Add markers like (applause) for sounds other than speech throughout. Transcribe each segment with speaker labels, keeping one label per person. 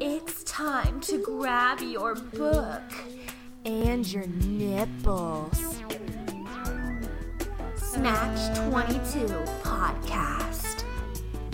Speaker 1: It's time to grab your book
Speaker 2: and your nipples.
Speaker 1: Snatch 22 Podcast.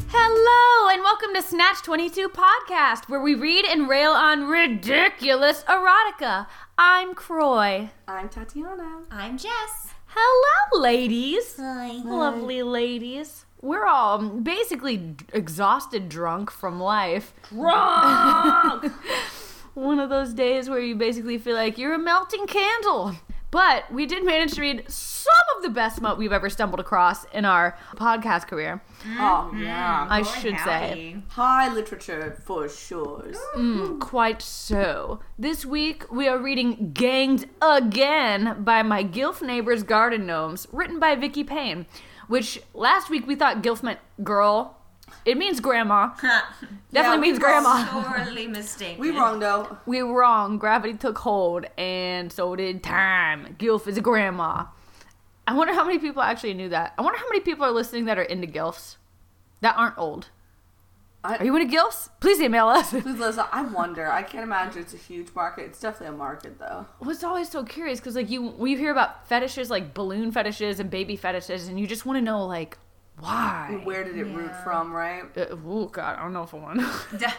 Speaker 1: Hello, and welcome to Snatch 22 Podcast, where we read and rail on ridiculous erotica. I'm Croy.
Speaker 3: I'm Tatiana.
Speaker 4: I'm Jess.
Speaker 1: Hello, ladies.
Speaker 4: Hi.
Speaker 1: Lovely ladies. We're all basically d- exhausted drunk from life. Drunk! (laughs) One of those days where you basically feel like you're a melting candle. But we did manage to read some of the best smut we've ever stumbled across in our podcast career.
Speaker 3: Oh
Speaker 1: Mm-hmm.
Speaker 3: yeah,
Speaker 1: I should say.
Speaker 3: high literature for sure.
Speaker 1: Mm-hmm. Quite so. This week we are reading Ganged Again by My Gilf Neighbor's Garden Gnomes, written by Vicky Payne, which last week we thought Gilf meant girl. It means grandma. Definitely means grandma.
Speaker 4: Sorely mistaken.
Speaker 3: We wrong though.
Speaker 1: We (laughs) were wrong. Gravity took hold, and so did time. Gilf is a grandma. I wonder how many people actually knew that. I wonder how many people are listening that are into Gilfs that aren't old.
Speaker 3: I-
Speaker 1: are you into Gilfs? Please email us.
Speaker 3: Please listen. I wonder. I can't imagine it's a huge market. It's definitely a market though.
Speaker 1: was always so curious because like you when you hear about fetishes like balloon fetishes and baby fetishes and you just want to know like why
Speaker 3: Where did it root from,
Speaker 1: (laughs)
Speaker 3: right?
Speaker 1: uh, oh god i don't know (laughs) if i want to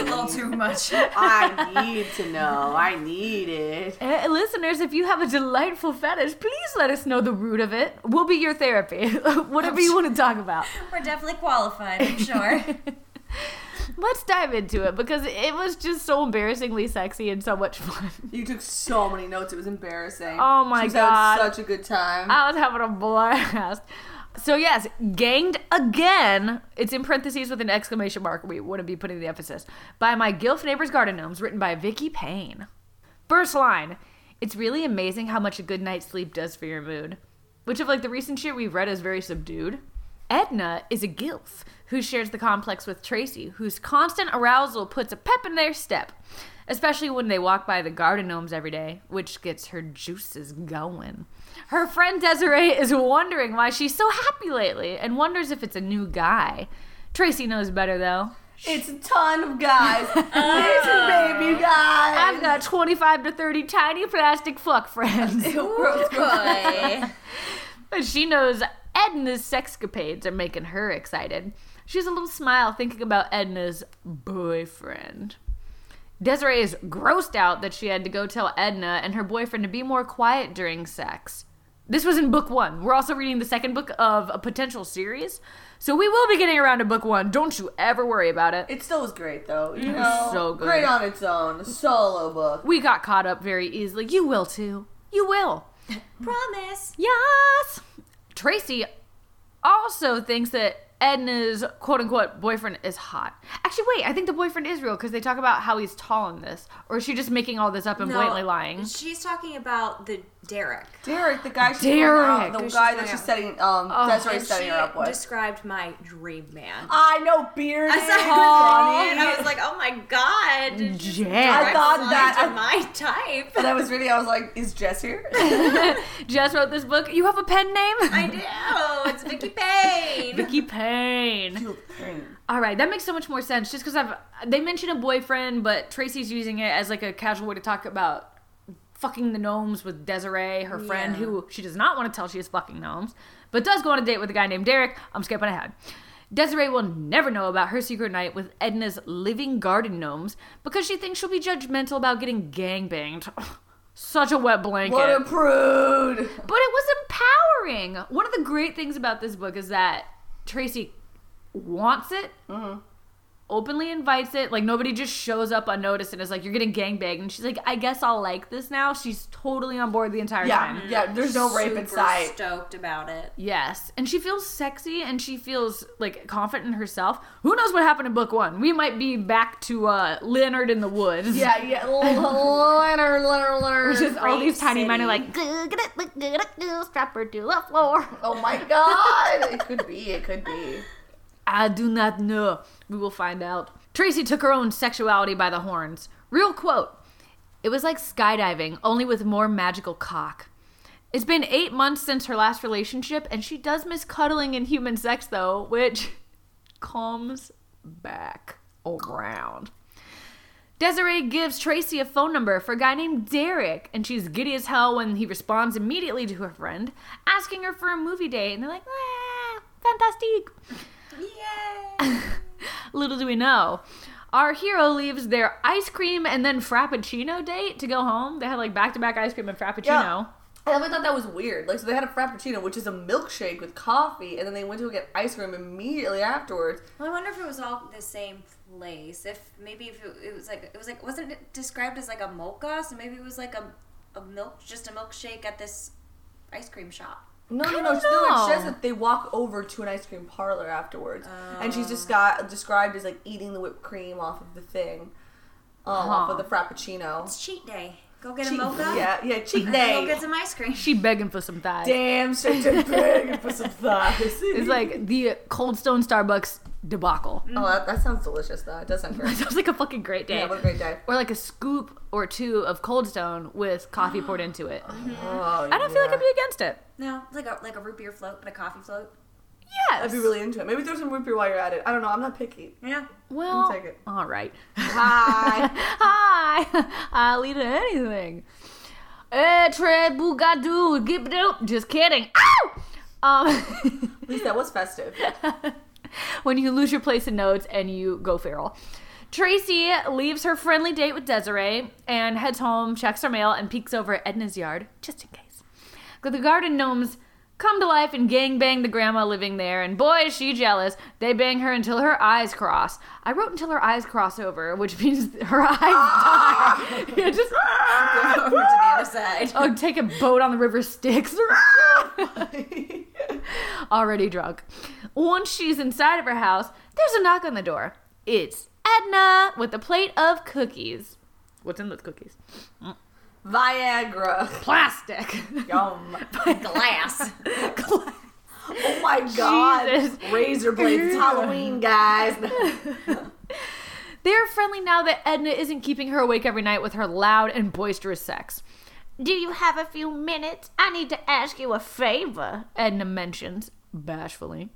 Speaker 4: (laughs) a little too much.
Speaker 3: I need to know. I need it.
Speaker 1: Uh, listeners if you have a delightful fetish please let us know the root of it we'll be your therapy (laughs) whatever you want to talk about
Speaker 4: We're definitely qualified, I'm (laughs) sure.
Speaker 1: let's dive into it because it was just so embarrassingly sexy and so much fun
Speaker 3: You took so many notes. It was embarrassing.
Speaker 1: Oh, my
Speaker 3: she was having
Speaker 1: God. Uh,
Speaker 3: such a good time.
Speaker 1: I was having a blast. So yes, ganged again. It's in parentheses with an exclamation mark. We wouldn't be putting the emphasis. By my Gilf Neighbor's Garden Gnomes, written by Vicky Payne. First line. It's really amazing how much a good night's sleep does for your mood. Which of like the recent shit we've read is very subdued. Edna is a gilf who shares the complex with Tracy, whose constant arousal puts a pep in their step, especially when they walk by the garden gnomes every day, which gets her juices going. Her friend Desiree is wondering why she's so happy lately and wonders if it's a new guy. Tracy knows better though.
Speaker 3: it's a ton of
Speaker 1: (laughs)
Speaker 3: guys. Listen, baby guys.
Speaker 1: I've got 25 to 30 tiny plastic fuck friends.
Speaker 4: Boy.
Speaker 1: (laughs) But she knows Edna's sexcapades are making her excited. She has a little smile thinking about Edna's boyfriend. Desiree is grossed out that she had to go tell Edna and her boyfriend to be more quiet during sex. This was in book one. We're also reading the second book of a potential series. So we will be getting around to book one. Don't you ever worry about it.
Speaker 3: It still was great though. You know,
Speaker 1: so good.
Speaker 3: great on its own. Solo book.
Speaker 1: We got caught up very easily. You will too. You will.
Speaker 4: Promise.
Speaker 1: Yes. Tracy also thinks that Edna's quote unquote boyfriend is hot. Actually, wait, I think the boyfriend is real because they talk about how he's tall in this. Or is she just making all this up and blatantly lying?
Speaker 4: She's talking about the Derek.
Speaker 3: Derek, the guy she's
Speaker 1: Derek.
Speaker 3: Derek. the
Speaker 4: Who's
Speaker 3: guy
Speaker 4: she
Speaker 3: that she's
Speaker 4: playing
Speaker 3: setting um Desiree's
Speaker 4: And
Speaker 3: setting
Speaker 4: she
Speaker 3: her up with.
Speaker 4: described my dream man.
Speaker 3: I know beard.
Speaker 4: (laughs) I
Speaker 3: is
Speaker 4: saw
Speaker 3: funny.
Speaker 4: her and I was like, oh my god. it's just
Speaker 1: Yeah.
Speaker 4: direct
Speaker 3: I thought
Speaker 4: line
Speaker 3: that-
Speaker 4: to my type. (laughs)
Speaker 3: and I was really, I was like, is Jess (laughs) here?
Speaker 1: Jess wrote this book. You have a pen name?
Speaker 4: I do. It's Vicky
Speaker 3: (laughs)
Speaker 4: Payne.
Speaker 1: (laughs) Vicky Payne. All right, that makes so much more sense. Just because I've they mention a boyfriend, but Tracy's using it as like a casual way to talk about fucking the gnomes with Desiree, her friend,
Speaker 4: Yeah.
Speaker 1: who she does not want to tell she is fucking gnomes, but does go on a date with a guy named Derek. I'm skipping ahead. Desiree will never know about her secret night with Edna's living garden gnomes because she thinks she'll be judgmental about getting gangbanged. (laughs) Such a wet blanket.
Speaker 3: what a prude.
Speaker 1: But it was empowering. One of the great things about this book is that Tracy wants it,
Speaker 3: Mm-hmm.
Speaker 1: openly invites it. Like nobody just shows up unnoticed and is like, "You're getting gangbanged," and she's like, "I guess I'll like this now." She's totally on board the entire
Speaker 3: Yeah,
Speaker 1: time.
Speaker 3: yeah. There's no rape in
Speaker 4: Super
Speaker 3: sight.
Speaker 4: Stoked about it.
Speaker 1: Yes, and she feels sexy and she feels like confident in herself. Who knows what happened in book one? We might be back to uh, Leonard in the woods.
Speaker 3: Yeah, yeah. Leonard, Leonard,
Speaker 1: It's
Speaker 3: Leonard.
Speaker 1: (laughs) just all these tiny men are like, strap her to the floor.
Speaker 3: (laughs) Oh my god. It could be. It could be.
Speaker 1: I do not know. We will find out. Tracy took her own sexuality by the horns. Real quote It was like skydiving, only with more magical cock. It's been eight months since her last relationship, and she (laughs) does miss cuddling and human sex, though, which comes back. around. Desiree gives Tracy a phone number for a guy named Derek, and she's giddy as hell when he responds immediately to her friend, asking her for a movie date, and they're like, ah, fantastique.
Speaker 4: Yay!
Speaker 1: Little do we know. Our hero leaves their ice cream and then frappuccino date to go home. They had like back to back ice cream and frappuccino.
Speaker 3: I always thought that was weird. Like, so they had a frappuccino, which is a milkshake with coffee, and then they went to get ice cream immediately afterwards.
Speaker 4: Well, I wonder if it was all the same place. If maybe if it, it was like it was like wasn't it described as like a mocha? So maybe it was like a a milk just a milkshake at this ice cream shop.
Speaker 3: No,
Speaker 1: I
Speaker 3: no, no.
Speaker 1: don't
Speaker 3: She, no,
Speaker 1: know.
Speaker 3: she says that they walk over to an ice cream parlor afterwards, and she's
Speaker 1: Oh.
Speaker 3: just got described as like eating the whipped cream off of the thing, um, off of the frappuccino.
Speaker 4: It's cheat day. Go get
Speaker 3: Cheat-
Speaker 4: a mocha.
Speaker 3: Yeah, yeah,
Speaker 1: (laughs)
Speaker 3: cheat
Speaker 4: And then go
Speaker 3: day.
Speaker 4: get some ice cream. (laughs)
Speaker 1: She begging for some thighs.
Speaker 3: Damn straight to bed and put some thighs.
Speaker 1: (laughs) It's like the Cold Stone Starbucks debacle. (laughs)
Speaker 3: oh, that, that sounds delicious though. It does sound great.
Speaker 1: Sounds like a fucking great day.
Speaker 3: Yeah, what a great day.
Speaker 1: or like a scoop or two of Cold Stone with coffee poured into it.
Speaker 3: Oh,
Speaker 1: I don't feel like I'd be against it.
Speaker 4: No, it's like a like a root beer float, but a coffee float.
Speaker 1: Yes.
Speaker 3: I'd be really into it. Maybe throw some root beer while you're at it. I don't know. I'm not picky.
Speaker 1: (laughs)
Speaker 3: (laughs)
Speaker 4: Yeah.
Speaker 1: well.
Speaker 3: take it.
Speaker 1: All right. (laughs)
Speaker 3: Hi.
Speaker 1: Hi. (laughs) I'll eat anything. Eh, tre bugadu, gip doop. Just kidding. Ow! Um, (laughs)
Speaker 3: At least that was festive. (laughs)
Speaker 1: when you lose your place in notes and you go feral. Tracy leaves her friendly date with Desiree and heads home, checks her mail, and peeks over at Edna's yard just in case. But the garden gnomes come to life and gangbang the grandma living there, and boy is she jealous. They bang her until her eyes cross. I wrote until her eyes cross over, which means (laughs) her eyes die. (laughs) yeah, just
Speaker 4: Over to the other
Speaker 3: (laughs)
Speaker 4: side.
Speaker 1: oh, take a boat on the river Styx. (laughs) Already drunk. Once she's inside of her house, there's a knock on the door. It's Edna with a plate of cookies. What's in those cookies?
Speaker 3: Viagra.
Speaker 1: Plastic. (laughs)
Speaker 3: Yum.
Speaker 4: Glass.
Speaker 3: Oh (laughs) my god.
Speaker 1: Jesus.
Speaker 3: Razor blades. It's Halloween, (laughs) guys.
Speaker 1: They're friendly now that Edna isn't keeping her awake every night with her loud and boisterous sex. Do you have a few minutes? I need to ask you a favor, Edna mentions, bashfully.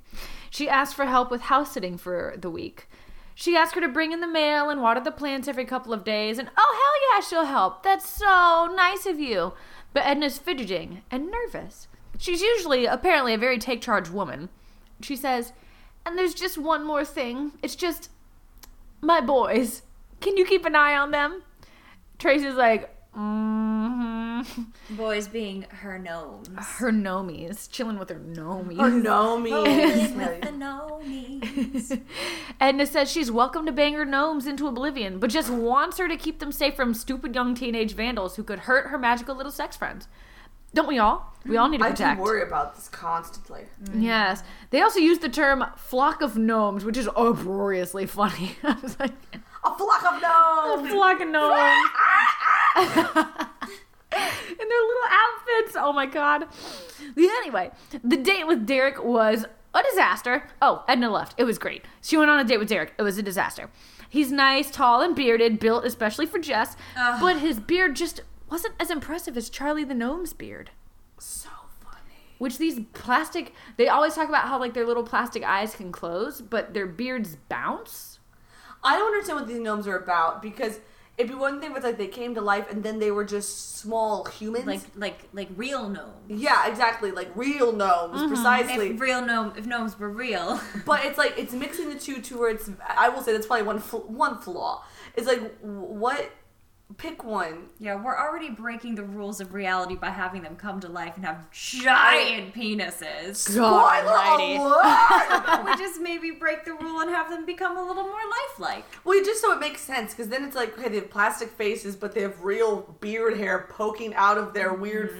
Speaker 1: She asks for help with house sitting for the week. She asks her to bring in the mail and water the plants every couple of days, and oh, hell yeah, she'll help. That's so nice of you. But Edna's fidgeting and nervous. She's usually, apparently, a very take charge woman. She says, And there's just one more thing. It's just my boys. Can you keep an eye on them? Tracy's like, mm
Speaker 4: Boys being her gnomes.
Speaker 1: her gnomies, chilling with her gnomies.
Speaker 3: Oh, no,
Speaker 4: Boys
Speaker 3: me.
Speaker 4: with the gnomies.
Speaker 1: Edna says she's welcome to bang her gnomes into oblivion, but just wants her to keep them safe from stupid young teenage vandals who could hurt her magical little sex friends. Don't we all? We all need to
Speaker 3: I do
Speaker 1: protect.
Speaker 3: worry about this constantly.
Speaker 1: Yes. They also use the term flock of gnomes, which is uproariously funny. (laughs) I was like,
Speaker 3: A flock of gnomes.
Speaker 1: flock of gnomes. (laughs) In their little outfits. Oh my god. Anyway, the date with Derek was a disaster. Oh, Edna left. It was great. She went on a date with Derek. It was a disaster. He's nice, tall, and bearded, built especially for Jess, but his beard just wasn't as impressive as Charlie the Gnome's beard.
Speaker 3: (laughs) So funny.
Speaker 1: Which these plastic, they always talk about how like their little plastic eyes can close, but their beards bounce.
Speaker 3: I don't understand what these gnomes are about because it'd be one thing if like they came to life and then they were just small humans.
Speaker 4: like like like real gnomes.
Speaker 3: yeah, exactly. Like real gnomes, precisely.
Speaker 4: If real gnome, if gnomes were real, (laughs)
Speaker 3: (laughs) But it's like it's mixing the two to where it's. I will say that's probably one fl- one flaw. It's like w- what pick one.
Speaker 4: yeah, we're already breaking the rules of reality by having them come to life and have giant
Speaker 1: (laughs)
Speaker 4: penises.
Speaker 3: Spoiler alert!
Speaker 4: we just maybe break the rule and have them become a little more lifelike.
Speaker 3: well, just so it makes sense, because then it's like okay, they have plastic faces, but they have real beard hair poking out of their weird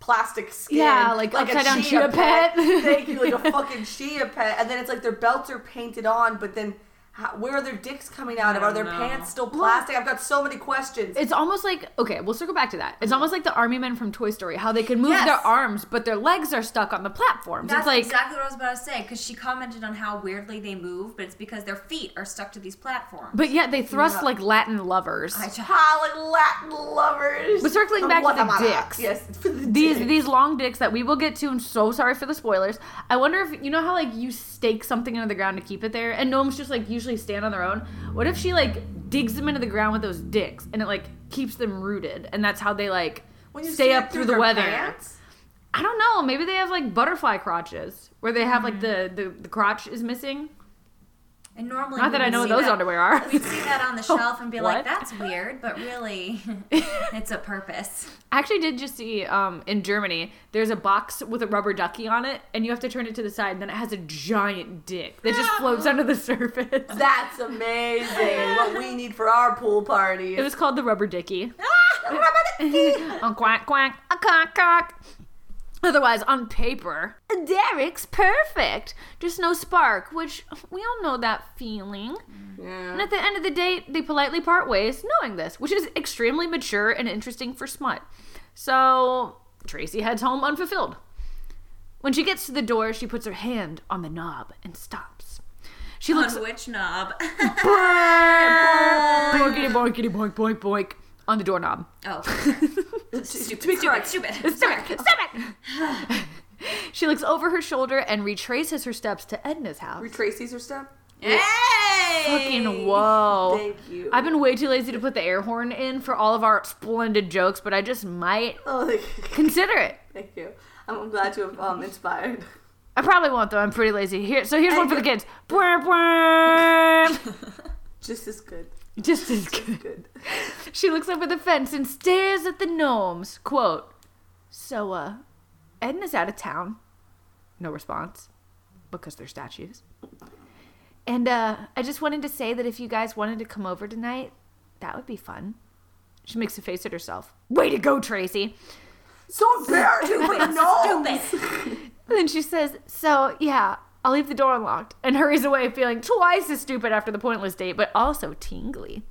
Speaker 3: plastic skin.
Speaker 1: Mm-hmm. Yeah, like upside down Chia pet.
Speaker 3: Thank you, like
Speaker 1: (laughs)
Speaker 3: a fucking chia pet. And then it's like their belts are painted on, but then. How, where are their dicks coming out of? Are their
Speaker 4: don't know.
Speaker 3: pants still plastic? I've got so many questions.
Speaker 1: It's almost like okay, we'll circle back to that. It's almost like the army men from Toy Story, how they can move
Speaker 3: Yes.
Speaker 1: their arms, but their legs are stuck on the platforms.
Speaker 4: That's
Speaker 1: it's like
Speaker 4: exactly what I was about to say because she commented on how weirdly they move, but it's because their feet are stuck to these platforms.
Speaker 1: but yet they thrust like Latin lovers.
Speaker 4: I just,
Speaker 3: Holland Latin lovers.
Speaker 1: But circling back to the
Speaker 3: Guatemala.
Speaker 1: dicks.
Speaker 3: Yes, for the
Speaker 1: these
Speaker 3: dicks.
Speaker 1: these long dicks that we will get to, and so sorry for the spoilers. I wonder if you know how like you stake something into the ground to keep it there, and gnomes just like use usually stand on their own. What if she like digs them into the ground with those dicks and it like keeps them rooted and that's how they like
Speaker 3: When
Speaker 1: stay
Speaker 3: see it
Speaker 1: up through, the
Speaker 3: their
Speaker 1: weather?
Speaker 3: pants?
Speaker 1: I don't know. Maybe they have like butterfly crotches where they have like the,
Speaker 4: Mm-hmm.
Speaker 1: the the crotch is missing.
Speaker 4: And normally,
Speaker 1: Not that
Speaker 4: we
Speaker 1: I
Speaker 4: would
Speaker 1: know what
Speaker 4: see
Speaker 1: those
Speaker 4: that-
Speaker 1: underwear
Speaker 4: (laughs)
Speaker 1: are.
Speaker 4: We'd see that
Speaker 1: (laughs)
Speaker 4: on the shelf and be
Speaker 1: What?
Speaker 4: like, "That's weird," but
Speaker 1: (laughs)
Speaker 4: really, it's a purpose.
Speaker 1: I actually did just see um, in Germany, there's a box with a rubber ducky on it, and you have to turn it to the side, and then it has a giant dick that
Speaker 4: (gasps)
Speaker 1: just floats under the surface. (laughs)
Speaker 3: That's amazing. what we need for our pool party.
Speaker 1: It
Speaker 3: (laughs)
Speaker 1: was called the rubber dicky. (laughs) on quack quack, a quack quack. Otherwise, on paper, Derek's perfect. Just no spark, which we all know that feeling. And
Speaker 3: yeah.
Speaker 1: at the end of the day, they politely part ways, knowing this, which is extremely mature and interesting for Smut. So Tracy heads home unfulfilled. When she gets to the door, she puts her hand on the knob and stops. She looks
Speaker 4: On which knob? (laughs)
Speaker 1: boinkity boinkity boink boink boink on the doorknob.
Speaker 4: oh, stupid,
Speaker 3: to be
Speaker 4: stupid,
Speaker 3: correct.
Speaker 4: stupid.
Speaker 1: Stop it! Stop it! (sighs) she looks over her shoulder and retraces her steps to Edna's house.
Speaker 3: Retraces her step.
Speaker 4: Hey!
Speaker 1: Fucking whoa.
Speaker 3: Thank you.
Speaker 1: I've been way too lazy to put the air horn in for all of our splendid jokes, but I just might
Speaker 3: (laughs) Oh, thank you.
Speaker 1: consider it.
Speaker 3: Thank you. I'm I'm glad you have um, inspired.
Speaker 1: I probably won't though. I'm pretty lazy. Here, so here's one for the kids. Bwah, bwah.
Speaker 3: Just as good.
Speaker 1: Just as good.
Speaker 3: Good.
Speaker 1: She looks over the fence and stares at the gnomes. Quote. So, uh, Edna's out of town. No response, because they're statues. And uh, I just wanted to say that if you guys wanted to come over tonight, that would be fun. She makes a face at herself. Way to go, Tracy.
Speaker 3: So embarrassing for no.
Speaker 1: And then she says, So, yeah, I'll leave the door unlocked, and hurries away, feeling twice as stupid after the pointless date, but also tingly.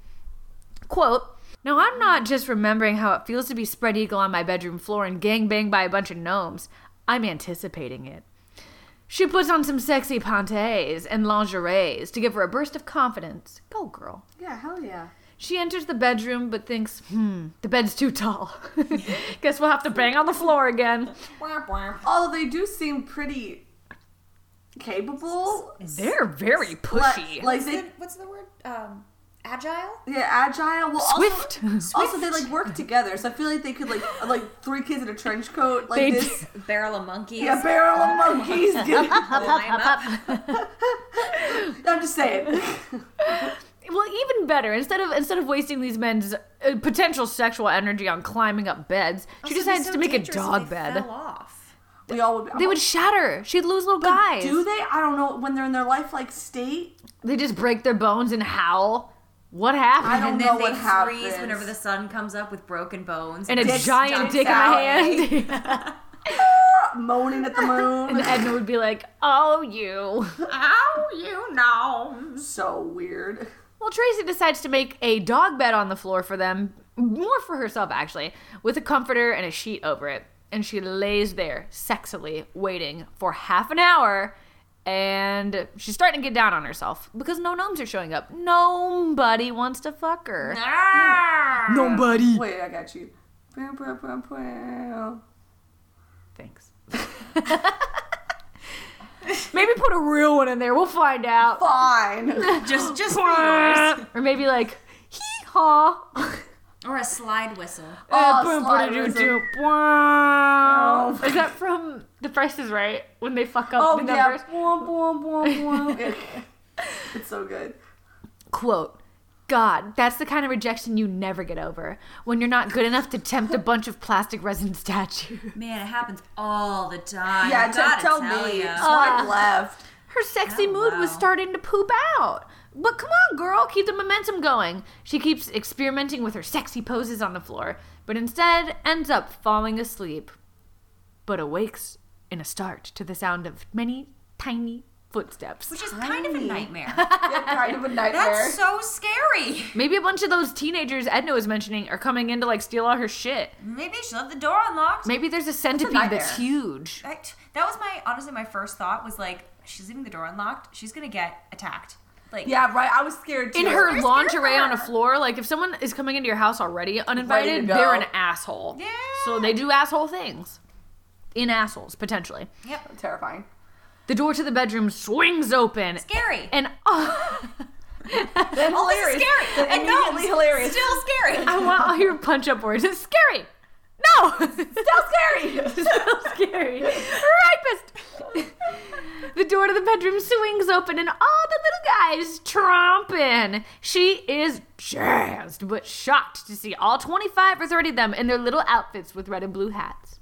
Speaker 1: Quote, now I'm not just remembering how it feels to be spread eagle on my bedroom floor and gangbanged by a bunch of gnomes. I'm anticipating it. She puts on some sexy panties and lingeries to give her a burst of confidence. Go, girl.
Speaker 3: Yeah, hell yeah.
Speaker 1: She enters the bedroom but thinks, hmm, the bed's too tall. (laughs) Guess we'll have to bang on the floor again.
Speaker 3: Although they do seem pretty capable.
Speaker 1: They're very pushy.
Speaker 3: Like, like they,
Speaker 4: What's the word? Um, agile.
Speaker 3: yeah, agile. Well,
Speaker 1: Swift.
Speaker 3: (laughs) Also, also, they like work together, so I feel like they could like uh, like three kids in a trench coat like
Speaker 1: They
Speaker 3: this.
Speaker 4: Barrel of monkeys.
Speaker 3: Yeah, barrel of monkeys.
Speaker 4: Line up.
Speaker 3: I'm just saying.
Speaker 1: Well, even better. Instead of instead of wasting these men's uh, potential sexual energy on climbing up beds, she
Speaker 4: Also, it'd be
Speaker 1: decides
Speaker 4: so
Speaker 1: to make a
Speaker 4: dangerous if
Speaker 1: dog
Speaker 4: they
Speaker 1: bed.
Speaker 4: Fell off.
Speaker 3: We all would.
Speaker 1: They would shatter. She'd lose little guys.
Speaker 3: Do they? I don't know. When they're in their life-like state,
Speaker 1: They just break their bones and howl. What happened?
Speaker 3: I don't
Speaker 4: And
Speaker 3: know
Speaker 4: then they
Speaker 3: what
Speaker 4: freeze
Speaker 3: happens.
Speaker 4: whenever the sun comes up with broken bones.
Speaker 1: and a
Speaker 3: Dick
Speaker 1: giant
Speaker 3: stumps
Speaker 1: dick
Speaker 3: out.
Speaker 4: (laughs)
Speaker 1: in my hand.
Speaker 3: moaning at the moon.
Speaker 1: and Edna would be like, "Oh, you."
Speaker 4: Ow, you know.
Speaker 3: so weird.
Speaker 1: Well, Tracy decides to make a dog bed on the floor for them, more for herself actually, with a comforter and a sheet over it. And she lays there sexily waiting for half an hour. And she's starting to get down on herself because no gnomes are showing up. Nobody wants to fuck her. Nobody.
Speaker 3: Wait, I got you. Bow, bow, bow, bow.
Speaker 1: Thanks. (laughs) maybe put a real one in there. We'll find out. (laughs) Eh,
Speaker 3: Fine.
Speaker 4: (laughs) Just, just yours.
Speaker 1: Or maybe like, hee haw.
Speaker 4: Or a slide whistle.
Speaker 1: Uh,
Speaker 3: Oh,
Speaker 1: boom,
Speaker 3: slide
Speaker 1: boom,
Speaker 3: whistle.
Speaker 1: doom, wow. Is that from The Price is Right when they fuck up
Speaker 3: Oh
Speaker 1: the
Speaker 3: yeah.
Speaker 1: numbers?
Speaker 3: Boom, boom, boom, boom.
Speaker 1: (laughs)
Speaker 3: It's so good.
Speaker 1: Quote. God, that's the kind of rejection you never get over when you're not good enough to
Speaker 3: (laughs)
Speaker 1: tempt a bunch of plastic resin statues.
Speaker 4: Man, it happens all the time.
Speaker 3: Yeah,
Speaker 4: I
Speaker 3: t-
Speaker 4: gotta
Speaker 3: tell
Speaker 4: tell
Speaker 3: me.
Speaker 4: ya.
Speaker 1: Uh. (laughs)
Speaker 3: Swipe left.
Speaker 1: Her sexy
Speaker 4: Oh,
Speaker 1: mood was
Speaker 4: wow.
Speaker 1: starting to poop out. But come on, girl, keep the momentum going. She keeps experimenting with her sexy poses on the floor, but instead ends up falling asleep. But awakes in a start to the sound of many tiny footsteps.
Speaker 4: Which is kind of a
Speaker 3: Tiny.
Speaker 4: nightmare.
Speaker 3: Yeah, kind of a nightmare.
Speaker 4: That's so scary.
Speaker 1: Maybe a bunch of those teenagers Edna was mentioning are coming in to like steal all her shit.
Speaker 4: Maybe she left the door unlocked.
Speaker 1: Maybe there's a centipede
Speaker 3: nightmare.
Speaker 1: that's huge.
Speaker 4: I- that was my honestly my first thought was like she's leaving the door unlocked. She's gonna get attacked. Like
Speaker 3: yeah, right. I was scared too.
Speaker 1: In her
Speaker 4: scared
Speaker 1: lingerie
Speaker 4: of
Speaker 1: on a
Speaker 4: her.
Speaker 1: floor, like if someone is coming into your house already uninvited,
Speaker 3: go.
Speaker 1: they're an asshole.
Speaker 4: Yeah.
Speaker 1: So they do asshole things. In assholes, potentially.
Speaker 4: Yep.
Speaker 3: terrifying.
Speaker 1: (laughs) The door to the bedroom swings open.
Speaker 4: Scary.
Speaker 1: And
Speaker 3: Then
Speaker 4: All this is
Speaker 3: hilarious.
Speaker 4: scary.
Speaker 3: Then
Speaker 4: and no,
Speaker 3: immediately hilarious.
Speaker 4: Still scary.
Speaker 1: (laughs) I want all your punch up words. It's scary. No, still
Speaker 3: scary.
Speaker 1: Still scary. Rapist. the door to the bedroom swings open, and all the little guys tromp in. She is jazzed, but shocked to see all 25 or 30 of them in their little outfits with red and blue hats.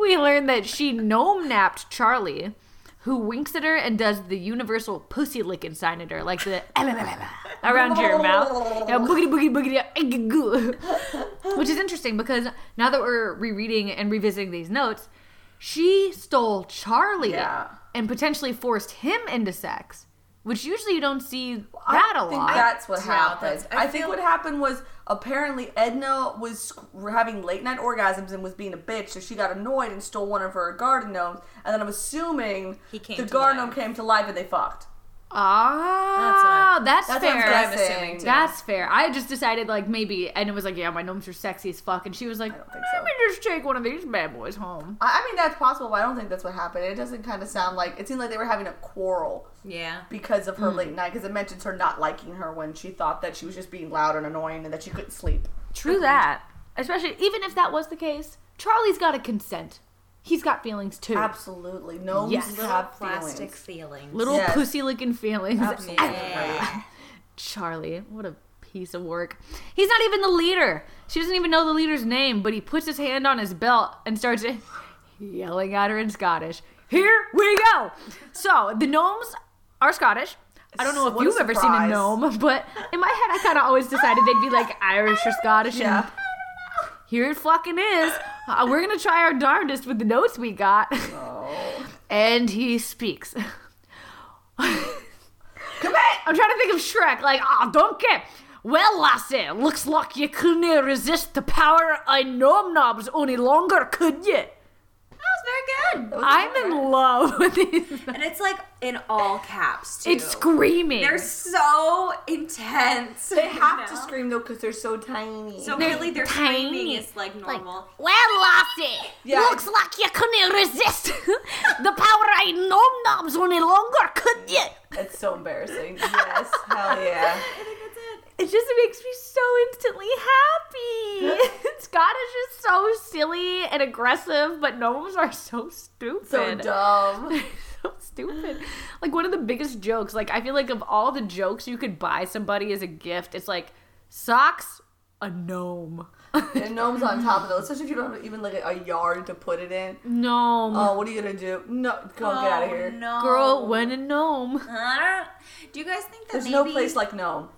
Speaker 1: we learn that she gnome napped Charlie, who winks at her and does the universal pussy licking sign at her, like the (laughs) around your mouth. Yeah, boogity boogity boogity. egg, goo. (laughs) Which is interesting because now that we're rereading and revisiting these notes, she stole Charlie
Speaker 3: Yeah.
Speaker 1: and potentially forced him into sex, which usually you don't see that a
Speaker 3: I think
Speaker 1: lot.
Speaker 3: that's what
Speaker 4: Yeah,
Speaker 3: happened.
Speaker 4: that's- I
Speaker 3: I, think
Speaker 4: feel-
Speaker 3: what happened was apparently Edna was sc- having late night orgasms and was being a bitch, so she got annoyed and stole one of her garden gnomes. And then I'm assuming
Speaker 4: He came
Speaker 3: the
Speaker 4: to
Speaker 3: garden
Speaker 4: life.
Speaker 3: gnome came to life and they fucked.
Speaker 1: oh, that's,
Speaker 3: That's what I'm
Speaker 1: fair.
Speaker 3: guessing.
Speaker 4: I'm assuming, too.
Speaker 1: That's fair. I just decided like maybe, and it was like, yeah, my gnomes are sexy as fuck, and she was like,
Speaker 3: don't think
Speaker 1: let
Speaker 3: so.
Speaker 1: me just take one of these bad boys home.
Speaker 3: I, I mean, that's possible, but I don't think that's what happened. It doesn't kind of sound like it seemed like they were having a quarrel
Speaker 4: Yeah.
Speaker 3: because of
Speaker 4: Hmm.
Speaker 3: her late night. Because it mentions her not liking her when she thought that she was just being loud and annoying and that she couldn't sleep.
Speaker 1: True that. Especially even if that was the case, Charlie's got to consent. He's got feelings too.
Speaker 3: Absolutely, gnomes
Speaker 1: Yes.
Speaker 3: yes.
Speaker 1: Little
Speaker 3: have
Speaker 4: Plastic
Speaker 3: feelings.
Speaker 4: feelings.
Speaker 1: Little
Speaker 3: Yes.
Speaker 1: pussy licking feelings.
Speaker 4: Yeah.
Speaker 1: (laughs) Charlie, what a piece of work. He's not even the leader. She doesn't even know the leader's name, but he puts his hand on his belt and starts (laughs) yelling at her in Scottish. Here we go. So the gnomes are Scottish. I don't know if
Speaker 3: What a
Speaker 1: you've ever seen a
Speaker 3: surprise.
Speaker 1: gnome, (laughs) but in my head, I kind of always decided they'd be like Irish or Scottish. And
Speaker 3: Yeah.
Speaker 1: here it fucking is. Uh, we're gonna try our darndest with the notes we got. (laughs) And
Speaker 4: (laughs)
Speaker 1: he speaks. I'm trying to think of Shrek. Like, ah, don't care. Well, lassie, looks like you couldn't resist the power of nom knobs any longer, could you?
Speaker 4: That was very good.
Speaker 1: I'm in love
Speaker 4: (laughs)
Speaker 1: with these.
Speaker 4: And it's like in all caps too.
Speaker 1: It's screaming.
Speaker 4: They're so intense.
Speaker 3: They have to scream though because they're so tiny. (laughs)
Speaker 4: So (laughs)
Speaker 1: They're
Speaker 4: really, their
Speaker 1: tiny.
Speaker 4: screaming is like normal.
Speaker 1: well, lassie,
Speaker 3: Yeah,
Speaker 1: looks like you couldn't resist (laughs) the power of nom knobs any longer, could you?
Speaker 3: It's so embarrassing. Yes, hell yeah.
Speaker 4: I think that's (laughs) it.
Speaker 1: It just makes me so instantly happy. (laughs) Scottish is so silly and aggressive, but gnomes are so stupid.
Speaker 3: So dumb.
Speaker 1: (laughs) so stupid. Like one of the biggest jokes. Like I feel like of all the jokes you could buy somebody as a gift, it's like socks, a gnome, (laughs)
Speaker 3: And gnomes on top of it, especially if you don't have even like a yard to put it in.
Speaker 1: gnome.
Speaker 3: Oh, what are you gonna do? No, go get out of here.
Speaker 4: Oh, No.
Speaker 1: Girl, when a gnome.
Speaker 4: Huh? Do you guys think that
Speaker 3: There's
Speaker 4: maybe?
Speaker 3: no place like gnome.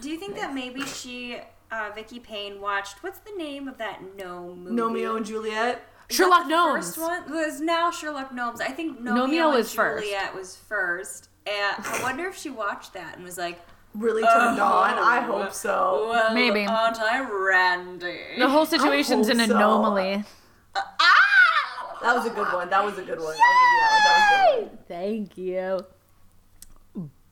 Speaker 4: do you think that maybe she, uh, Vicky Payne, watched what's the name of that gnome movie?
Speaker 3: Romeo and Juliet.
Speaker 1: Sherlock
Speaker 4: the
Speaker 1: Gnomes.
Speaker 4: First one was now Sherlock Gnomes. I think Romeo,
Speaker 1: Romeo
Speaker 4: and
Speaker 1: was first.
Speaker 4: Juliet was first. And I wonder if she watched that and was like,
Speaker 3: Really
Speaker 4: Oh.
Speaker 3: turned on. I hope so.
Speaker 4: "Well,
Speaker 1: Maybe.
Speaker 4: aren't I Randy?" (laughs)
Speaker 1: The whole situation's an
Speaker 3: so.
Speaker 1: anomaly.
Speaker 4: Ah!
Speaker 3: That was a good one. That was a good one. I'll give you that one. That was a good one.
Speaker 1: Thank you.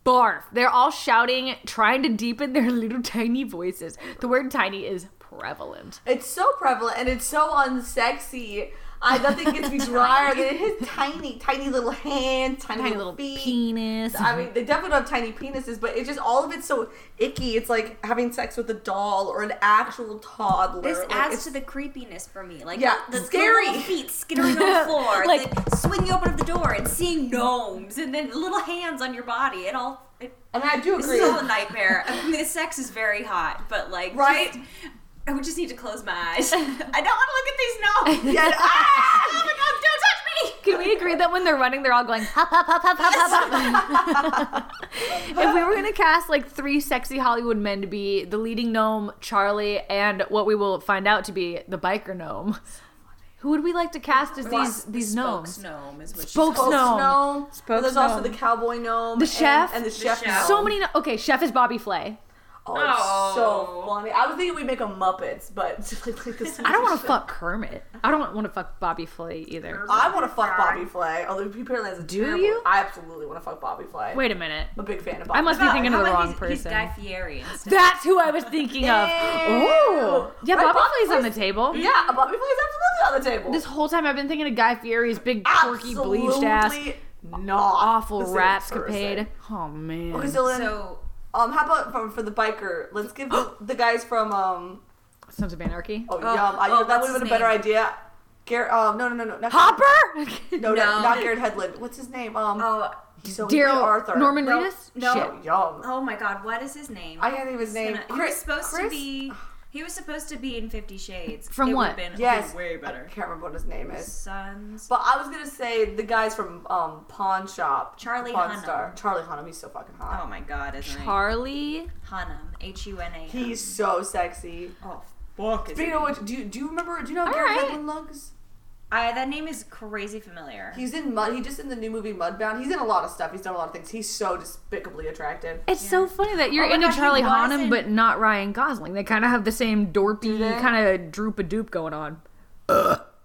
Speaker 1: Barf. They're all shouting, trying to deepen their (laughs) little tiny voices. The word tiny is prevalent.
Speaker 3: It's so prevalent and it's so unsexy. I nothing
Speaker 4: (laughs)
Speaker 3: gets me drier than his tiny, tiny little hands, tiny,
Speaker 1: Tiny
Speaker 3: little,
Speaker 1: little
Speaker 3: feet.
Speaker 1: penis.
Speaker 3: I mean, they definitely don't have tiny penises, but it's just all of it's so icky. It's like having sex with a doll or an actual toddler.
Speaker 4: This
Speaker 3: Like,
Speaker 4: adds
Speaker 3: it's-
Speaker 4: to the creepiness for me. Like
Speaker 3: Yeah,
Speaker 4: the
Speaker 3: scary.
Speaker 4: scary feet skittering
Speaker 1: (laughs)
Speaker 4: on the floor,
Speaker 1: Like-
Speaker 4: like the swinging open of the door and seeing gnomes and then little hands on your body. It all. It,
Speaker 3: and I do
Speaker 4: this
Speaker 3: agree.
Speaker 4: is all a nightmare. I mean, the sex is very hot, but like,
Speaker 3: Right?
Speaker 4: just- I would just need to close my
Speaker 3: (laughs)
Speaker 4: eyes. I don't want to look at these gnomes.
Speaker 3: Yeah, ah!
Speaker 4: Oh my god! Don't touch me.
Speaker 1: Can we agree that when they're running, they're all going hop, hop, hop, hop, hop, hop, hop? if we were going to cast like three sexy Hollywood men to be the leading gnome, Charlie, and what we will find out to be the biker gnome, who would we like to cast as these these gnomes?
Speaker 4: gnome is what
Speaker 1: Spokes
Speaker 3: Spokes
Speaker 1: gnome.
Speaker 3: gnome.
Speaker 1: Spokes
Speaker 3: and there's
Speaker 1: gnome.
Speaker 3: also the cowboy gnome.
Speaker 1: The
Speaker 3: and-
Speaker 1: chef.
Speaker 3: And the
Speaker 4: The
Speaker 3: chef
Speaker 4: chef.
Speaker 1: So
Speaker 3: gnome.
Speaker 1: many. Okay, chef is Bobby Flay.
Speaker 3: Oh, it's
Speaker 4: Oh.
Speaker 3: so funny. I was thinking we'd make them Muppets, but (laughs) like, like this
Speaker 1: I don't want to fuck Kermit. I don't want to fuck Bobby Flay either.
Speaker 3: I want to fuck Bobby Flay, although he apparently has a
Speaker 1: Do
Speaker 3: terrible-
Speaker 1: you?
Speaker 3: I absolutely want to fuck Bobby Flay.
Speaker 1: Wait a minute.
Speaker 3: I'm a big fan of Bobby.
Speaker 1: I must be
Speaker 4: Wow,
Speaker 1: thinking
Speaker 4: how
Speaker 1: of the
Speaker 4: about
Speaker 1: wrong
Speaker 4: he's- He's
Speaker 1: person.
Speaker 4: Guy Fieri instead.
Speaker 1: That's who I was thinking of. Oh, yeah,
Speaker 3: Right,
Speaker 1: Bobby
Speaker 3: Bobby
Speaker 1: Flay's on the table.
Speaker 3: Yeah, a Bobby Flay is absolutely on the table.
Speaker 1: This whole time I've been thinking of Guy Fieri's big, quirky, bleached ass,
Speaker 3: Absolutely not
Speaker 1: awful
Speaker 3: the same
Speaker 1: rat
Speaker 3: person.
Speaker 1: escapade. Oh man.
Speaker 3: Okay, so, then-
Speaker 4: So
Speaker 3: Um, how about from for the biker?
Speaker 4: (gasps)
Speaker 3: Let's give the, the guys from um.
Speaker 1: Sons of Anarchy.
Speaker 3: Oh,
Speaker 4: Oh,
Speaker 3: yum! I,
Speaker 4: oh,
Speaker 3: that
Speaker 4: what's
Speaker 3: would have been a
Speaker 4: his
Speaker 3: better
Speaker 4: name?
Speaker 3: idea. Garrett. Um, no, no, no, no. Not
Speaker 1: Hopper. (laughs)
Speaker 3: No,
Speaker 4: No.
Speaker 3: no, not Garrett Headland. What's his name? Um,
Speaker 4: Oh,
Speaker 3: so he played
Speaker 1: Daryl
Speaker 3: Arthur.
Speaker 1: Norman
Speaker 4: No,
Speaker 1: Reedus.
Speaker 4: no.
Speaker 1: Shit.
Speaker 3: Oh, yum!
Speaker 4: oh my God, what is his name?
Speaker 3: I can't think of his
Speaker 4: It's
Speaker 3: name.
Speaker 4: gonna- he
Speaker 3: Chris-
Speaker 4: was supposed
Speaker 3: Chris?
Speaker 4: to be. He was supposed to be in Fifty Shades.
Speaker 1: From
Speaker 4: It
Speaker 1: what?
Speaker 4: would've Been
Speaker 3: Yes,
Speaker 4: way better.
Speaker 3: I can't remember what his name is.
Speaker 4: Sons.
Speaker 3: But I was gonna say the guys from um Pawn Shop.
Speaker 4: Charlie
Speaker 3: Pawn
Speaker 4: Hunnam.
Speaker 3: Star. Charlie Hunnam. He's so fucking hot.
Speaker 4: Oh my God, isn't he?
Speaker 1: Charlie.
Speaker 4: Hunnam. H U N A. M.
Speaker 3: He's so sexy.
Speaker 4: Oh fuck. is
Speaker 3: Speaking
Speaker 4: he-
Speaker 3: of which, do you, do you remember? Do you know how
Speaker 1: All
Speaker 3: Garrett
Speaker 1: right.
Speaker 3: Hedlund looks?
Speaker 4: I, that name is crazy familiar.
Speaker 3: He's in Mud. He just in the new movie Mudbound. He's in a lot of stuff. He's done a lot of things. He's so despicably attractive.
Speaker 1: It's so funny that you're
Speaker 4: Oh my
Speaker 1: into
Speaker 4: God, he
Speaker 1: Charlie
Speaker 4: was
Speaker 1: Hunnam,
Speaker 4: in-
Speaker 1: but not Ryan Gosling. They kind of have the same dorpy,
Speaker 3: they?
Speaker 1: kind of droop a dupe going on.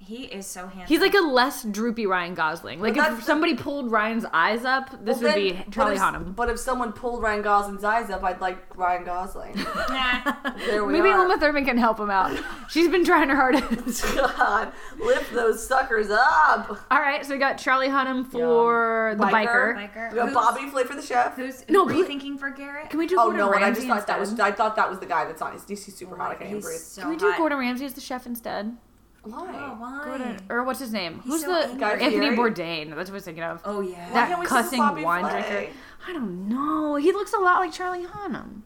Speaker 4: He is so handsome.
Speaker 1: He's like a less droopy Ryan Gosling. Like
Speaker 3: Well,
Speaker 1: if
Speaker 3: that's-
Speaker 1: somebody pulled Ryan's eyes up, this
Speaker 3: Well,
Speaker 1: would
Speaker 3: then,
Speaker 1: be Charlie
Speaker 3: but if,
Speaker 1: Hunnam.
Speaker 3: But if someone pulled Ryan Gosling's eyes up, I'd like Ryan Gosling.
Speaker 4: (laughs) Nah.
Speaker 3: There we
Speaker 1: Maybe
Speaker 3: are.
Speaker 1: Uma Thurman can help him out. She's been trying her hardest.
Speaker 3: (laughs)
Speaker 1: (laughs)
Speaker 3: God, lift those suckers up.
Speaker 1: All right, so we got Charlie Hunnam for the
Speaker 3: Biker.
Speaker 1: biker.
Speaker 4: Biker.
Speaker 3: We got
Speaker 4: Who's-
Speaker 3: Bobby Flay for the chef.
Speaker 4: Who's
Speaker 1: No,
Speaker 4: no, were you
Speaker 1: please-
Speaker 4: thinking for Garrett?
Speaker 1: Can we do
Speaker 3: Oh
Speaker 1: Gordon
Speaker 3: no! And
Speaker 1: Ramsay
Speaker 3: I just thought that was
Speaker 1: instead?
Speaker 3: I thought that was the guy that's on. He's, he's super hot. I can't even breathe.
Speaker 4: He's so
Speaker 1: Can we do
Speaker 4: hot.
Speaker 1: Gordon Ramsay as the chef instead?
Speaker 3: Why?
Speaker 4: Oh, why?
Speaker 1: Gordon, or what's his name? Who's
Speaker 4: so
Speaker 1: the
Speaker 4: angry.
Speaker 1: Anthony
Speaker 3: Guy Fieri?
Speaker 1: Bourdain? That's what I was thinking of.
Speaker 4: Oh yeah.
Speaker 3: Why
Speaker 1: that
Speaker 3: can't we see
Speaker 1: cussing
Speaker 3: Bobby
Speaker 1: wine
Speaker 3: Flay?
Speaker 1: drinker. I don't know. He looks a lot like Charlie Hunnam.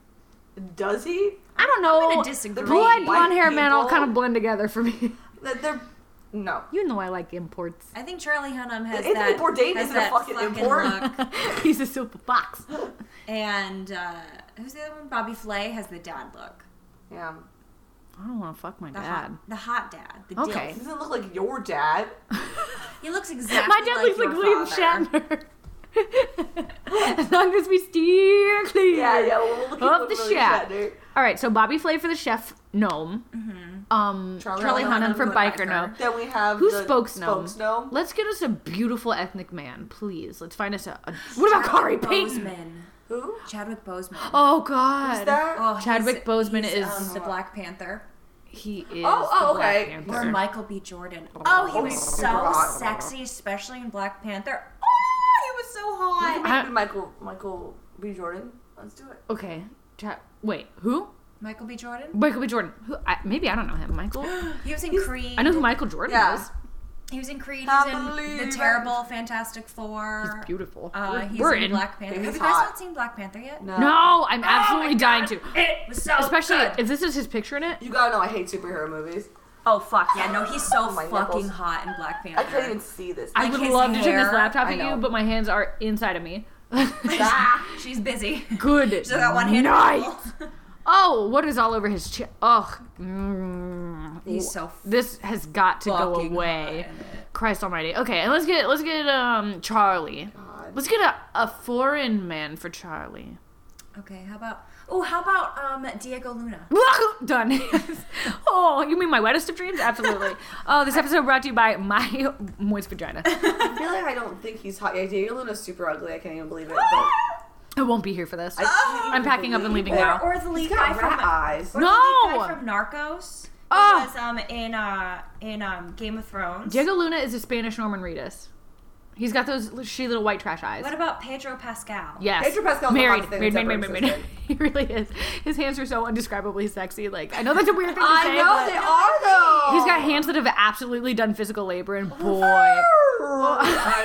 Speaker 3: Does he?
Speaker 1: I don't
Speaker 4: I'm
Speaker 1: know.
Speaker 4: gonna disagree.
Speaker 3: Blue-eyed
Speaker 1: Blue-eyed,
Speaker 3: White
Speaker 1: blonde hair man all
Speaker 3: people.
Speaker 1: kind of blend together for me. (laughs)
Speaker 3: That they're no.
Speaker 1: You know I like imports. (laughs)
Speaker 4: I think Charlie Hunnam has
Speaker 3: Anthony
Speaker 4: that.
Speaker 3: Bourdain
Speaker 4: has
Speaker 3: isn't a
Speaker 4: that
Speaker 3: fucking import.
Speaker 4: look.
Speaker 1: He's a silver fox.
Speaker 4: And uh, who's the other one? Bobby Flay has the dad look.
Speaker 3: Yeah.
Speaker 1: I don't want to fuck my
Speaker 3: Uh-huh.
Speaker 4: The
Speaker 1: dad. (laughs)
Speaker 3: (laughs)
Speaker 4: hot, the hot dad. The
Speaker 1: Okay.
Speaker 4: dilf.
Speaker 3: Doesn't look like
Speaker 1: (laughs)
Speaker 3: your dad.
Speaker 4: He looks exactly.
Speaker 1: my dad
Speaker 4: like
Speaker 1: looks
Speaker 4: your
Speaker 1: like William
Speaker 4: father.
Speaker 1: Shatner. (laughs) as long as we steer clear.
Speaker 3: Yeah, yeah. Well, look at
Speaker 1: Of
Speaker 3: what
Speaker 1: the
Speaker 3: William
Speaker 1: chef.
Speaker 3: Shatner-
Speaker 1: All right, so Bobby Flay for the chef gnome. Um,
Speaker 3: Mm-hmm. Charlie
Speaker 1: Charlie,
Speaker 3: Hunnam
Speaker 1: Hunnam, for
Speaker 4: for
Speaker 1: biker,
Speaker 4: biker.
Speaker 1: gnome.
Speaker 3: Then we have
Speaker 1: Who
Speaker 3: the
Speaker 1: spokes gnome?
Speaker 3: Spokes gnome.
Speaker 1: Let's get us a beautiful ethnic man, please. Let's find us a. a- what about Kari Payton?
Speaker 4: Boseman.
Speaker 3: Who?
Speaker 4: Chadwick Boseman.
Speaker 1: Oh God.
Speaker 3: Who's that?
Speaker 4: Oh, he's-
Speaker 1: Chadwick Boseman
Speaker 4: he's,
Speaker 1: is-
Speaker 4: um, the Black Panther.
Speaker 1: He is.
Speaker 3: Oh, oh,
Speaker 1: the Black
Speaker 3: okay.
Speaker 1: Panther.
Speaker 4: Or Michael B. Jordan. Oh, he was so
Speaker 3: God.
Speaker 4: sexy, especially in Black Panther. Oh, he was so
Speaker 3: Who
Speaker 4: hot.
Speaker 3: might
Speaker 1: I-
Speaker 3: be Michael Michael B. Jordan. Let's do it.
Speaker 1: Okay. Cha- wait, who?
Speaker 4: (gasps) Michael B. Jordan.
Speaker 1: Michael B. Jordan. Who? I, maybe I don't know him. Michael.
Speaker 4: He was in Creed.
Speaker 1: I know who Michael Jordan
Speaker 3: Yeah.
Speaker 1: is.
Speaker 4: He was in Creed.
Speaker 3: I
Speaker 4: He's in
Speaker 3: believe
Speaker 4: the
Speaker 3: it.
Speaker 4: terrible Fantastic Four.
Speaker 1: He's beautiful.
Speaker 4: Uh, he's
Speaker 1: We're
Speaker 4: in,
Speaker 1: in.
Speaker 4: Black Panther.
Speaker 3: He's
Speaker 4: Have you guys
Speaker 3: hot.
Speaker 4: not seen Black Panther yet?
Speaker 1: No, I'm
Speaker 4: Oh
Speaker 1: absolutely
Speaker 4: my
Speaker 1: dying
Speaker 4: God,
Speaker 1: to.
Speaker 4: It was so
Speaker 1: Especially
Speaker 4: good.
Speaker 1: if this is his picture in it.
Speaker 3: You gotta know I hate superhero movies.
Speaker 4: oh fuck yeah! No, he's so
Speaker 3: Oh, my
Speaker 4: fucking
Speaker 3: nipples.
Speaker 4: hot in Black Panther.
Speaker 3: I
Speaker 4: (laughs)
Speaker 3: can't even see this.
Speaker 1: I
Speaker 4: Like
Speaker 1: would
Speaker 4: his
Speaker 1: love to turn this
Speaker 4: hair.
Speaker 1: laptop
Speaker 3: I
Speaker 1: at you,
Speaker 3: know.
Speaker 1: but my hands are inside
Speaker 4: (laughs)
Speaker 1: of me. (laughs)
Speaker 4: Ah, she's busy.
Speaker 1: Good.
Speaker 4: (laughs) She's got one hand. (laughs)
Speaker 1: night. Oh, what is all over his chin? Ugh. Mm.
Speaker 4: He's so
Speaker 1: This has got to go
Speaker 4: fucking
Speaker 1: away.
Speaker 4: hot in
Speaker 1: Christ Almighty. Okay, and let's get let's get um Charlie.
Speaker 3: God.
Speaker 1: Let's get a, a foreign man for Charlie. (laughs)
Speaker 4: Okay, how about oh, how about um Diego Luna?
Speaker 1: Done. (laughs) oh, you mean my wettest of
Speaker 4: (laughs)
Speaker 1: dreams? Absolutely. Oh, this episode brought to you by my (laughs) moist vagina.
Speaker 3: I feel like I don't think he's hot. Yeah, Diego Luna's super ugly. I can't even believe it.
Speaker 4: (laughs)
Speaker 1: Ah!
Speaker 3: But
Speaker 1: I won't be here for this.
Speaker 3: I
Speaker 1: I'm packing up and leaving
Speaker 4: Oh. Or,
Speaker 1: now.
Speaker 4: or the lead
Speaker 3: He's
Speaker 4: guy
Speaker 3: got rat
Speaker 4: from
Speaker 3: eyes.
Speaker 4: or the lead guy
Speaker 1: No!
Speaker 4: from Narcos. who
Speaker 1: Oh.
Speaker 4: was um in uh in um Game of Thrones.
Speaker 1: Diego Luna is a Spanish Norman Reedus. He's got those she little white trash eyes.
Speaker 4: What about Pedro Pascal?
Speaker 1: Yes.
Speaker 3: Pedro Pascal's the
Speaker 1: married,
Speaker 3: hottest thing
Speaker 1: married,
Speaker 3: that's
Speaker 1: married,
Speaker 3: ever
Speaker 1: married, married, (laughs) He really is. His hands are so undescribably sexy. Like I know that's a weird thing to
Speaker 3: I
Speaker 1: say.
Speaker 3: know
Speaker 1: but
Speaker 3: they are though.
Speaker 1: He's
Speaker 3: (laughs)
Speaker 1: got hands that have absolutely done physical labor, and boy,
Speaker 3: I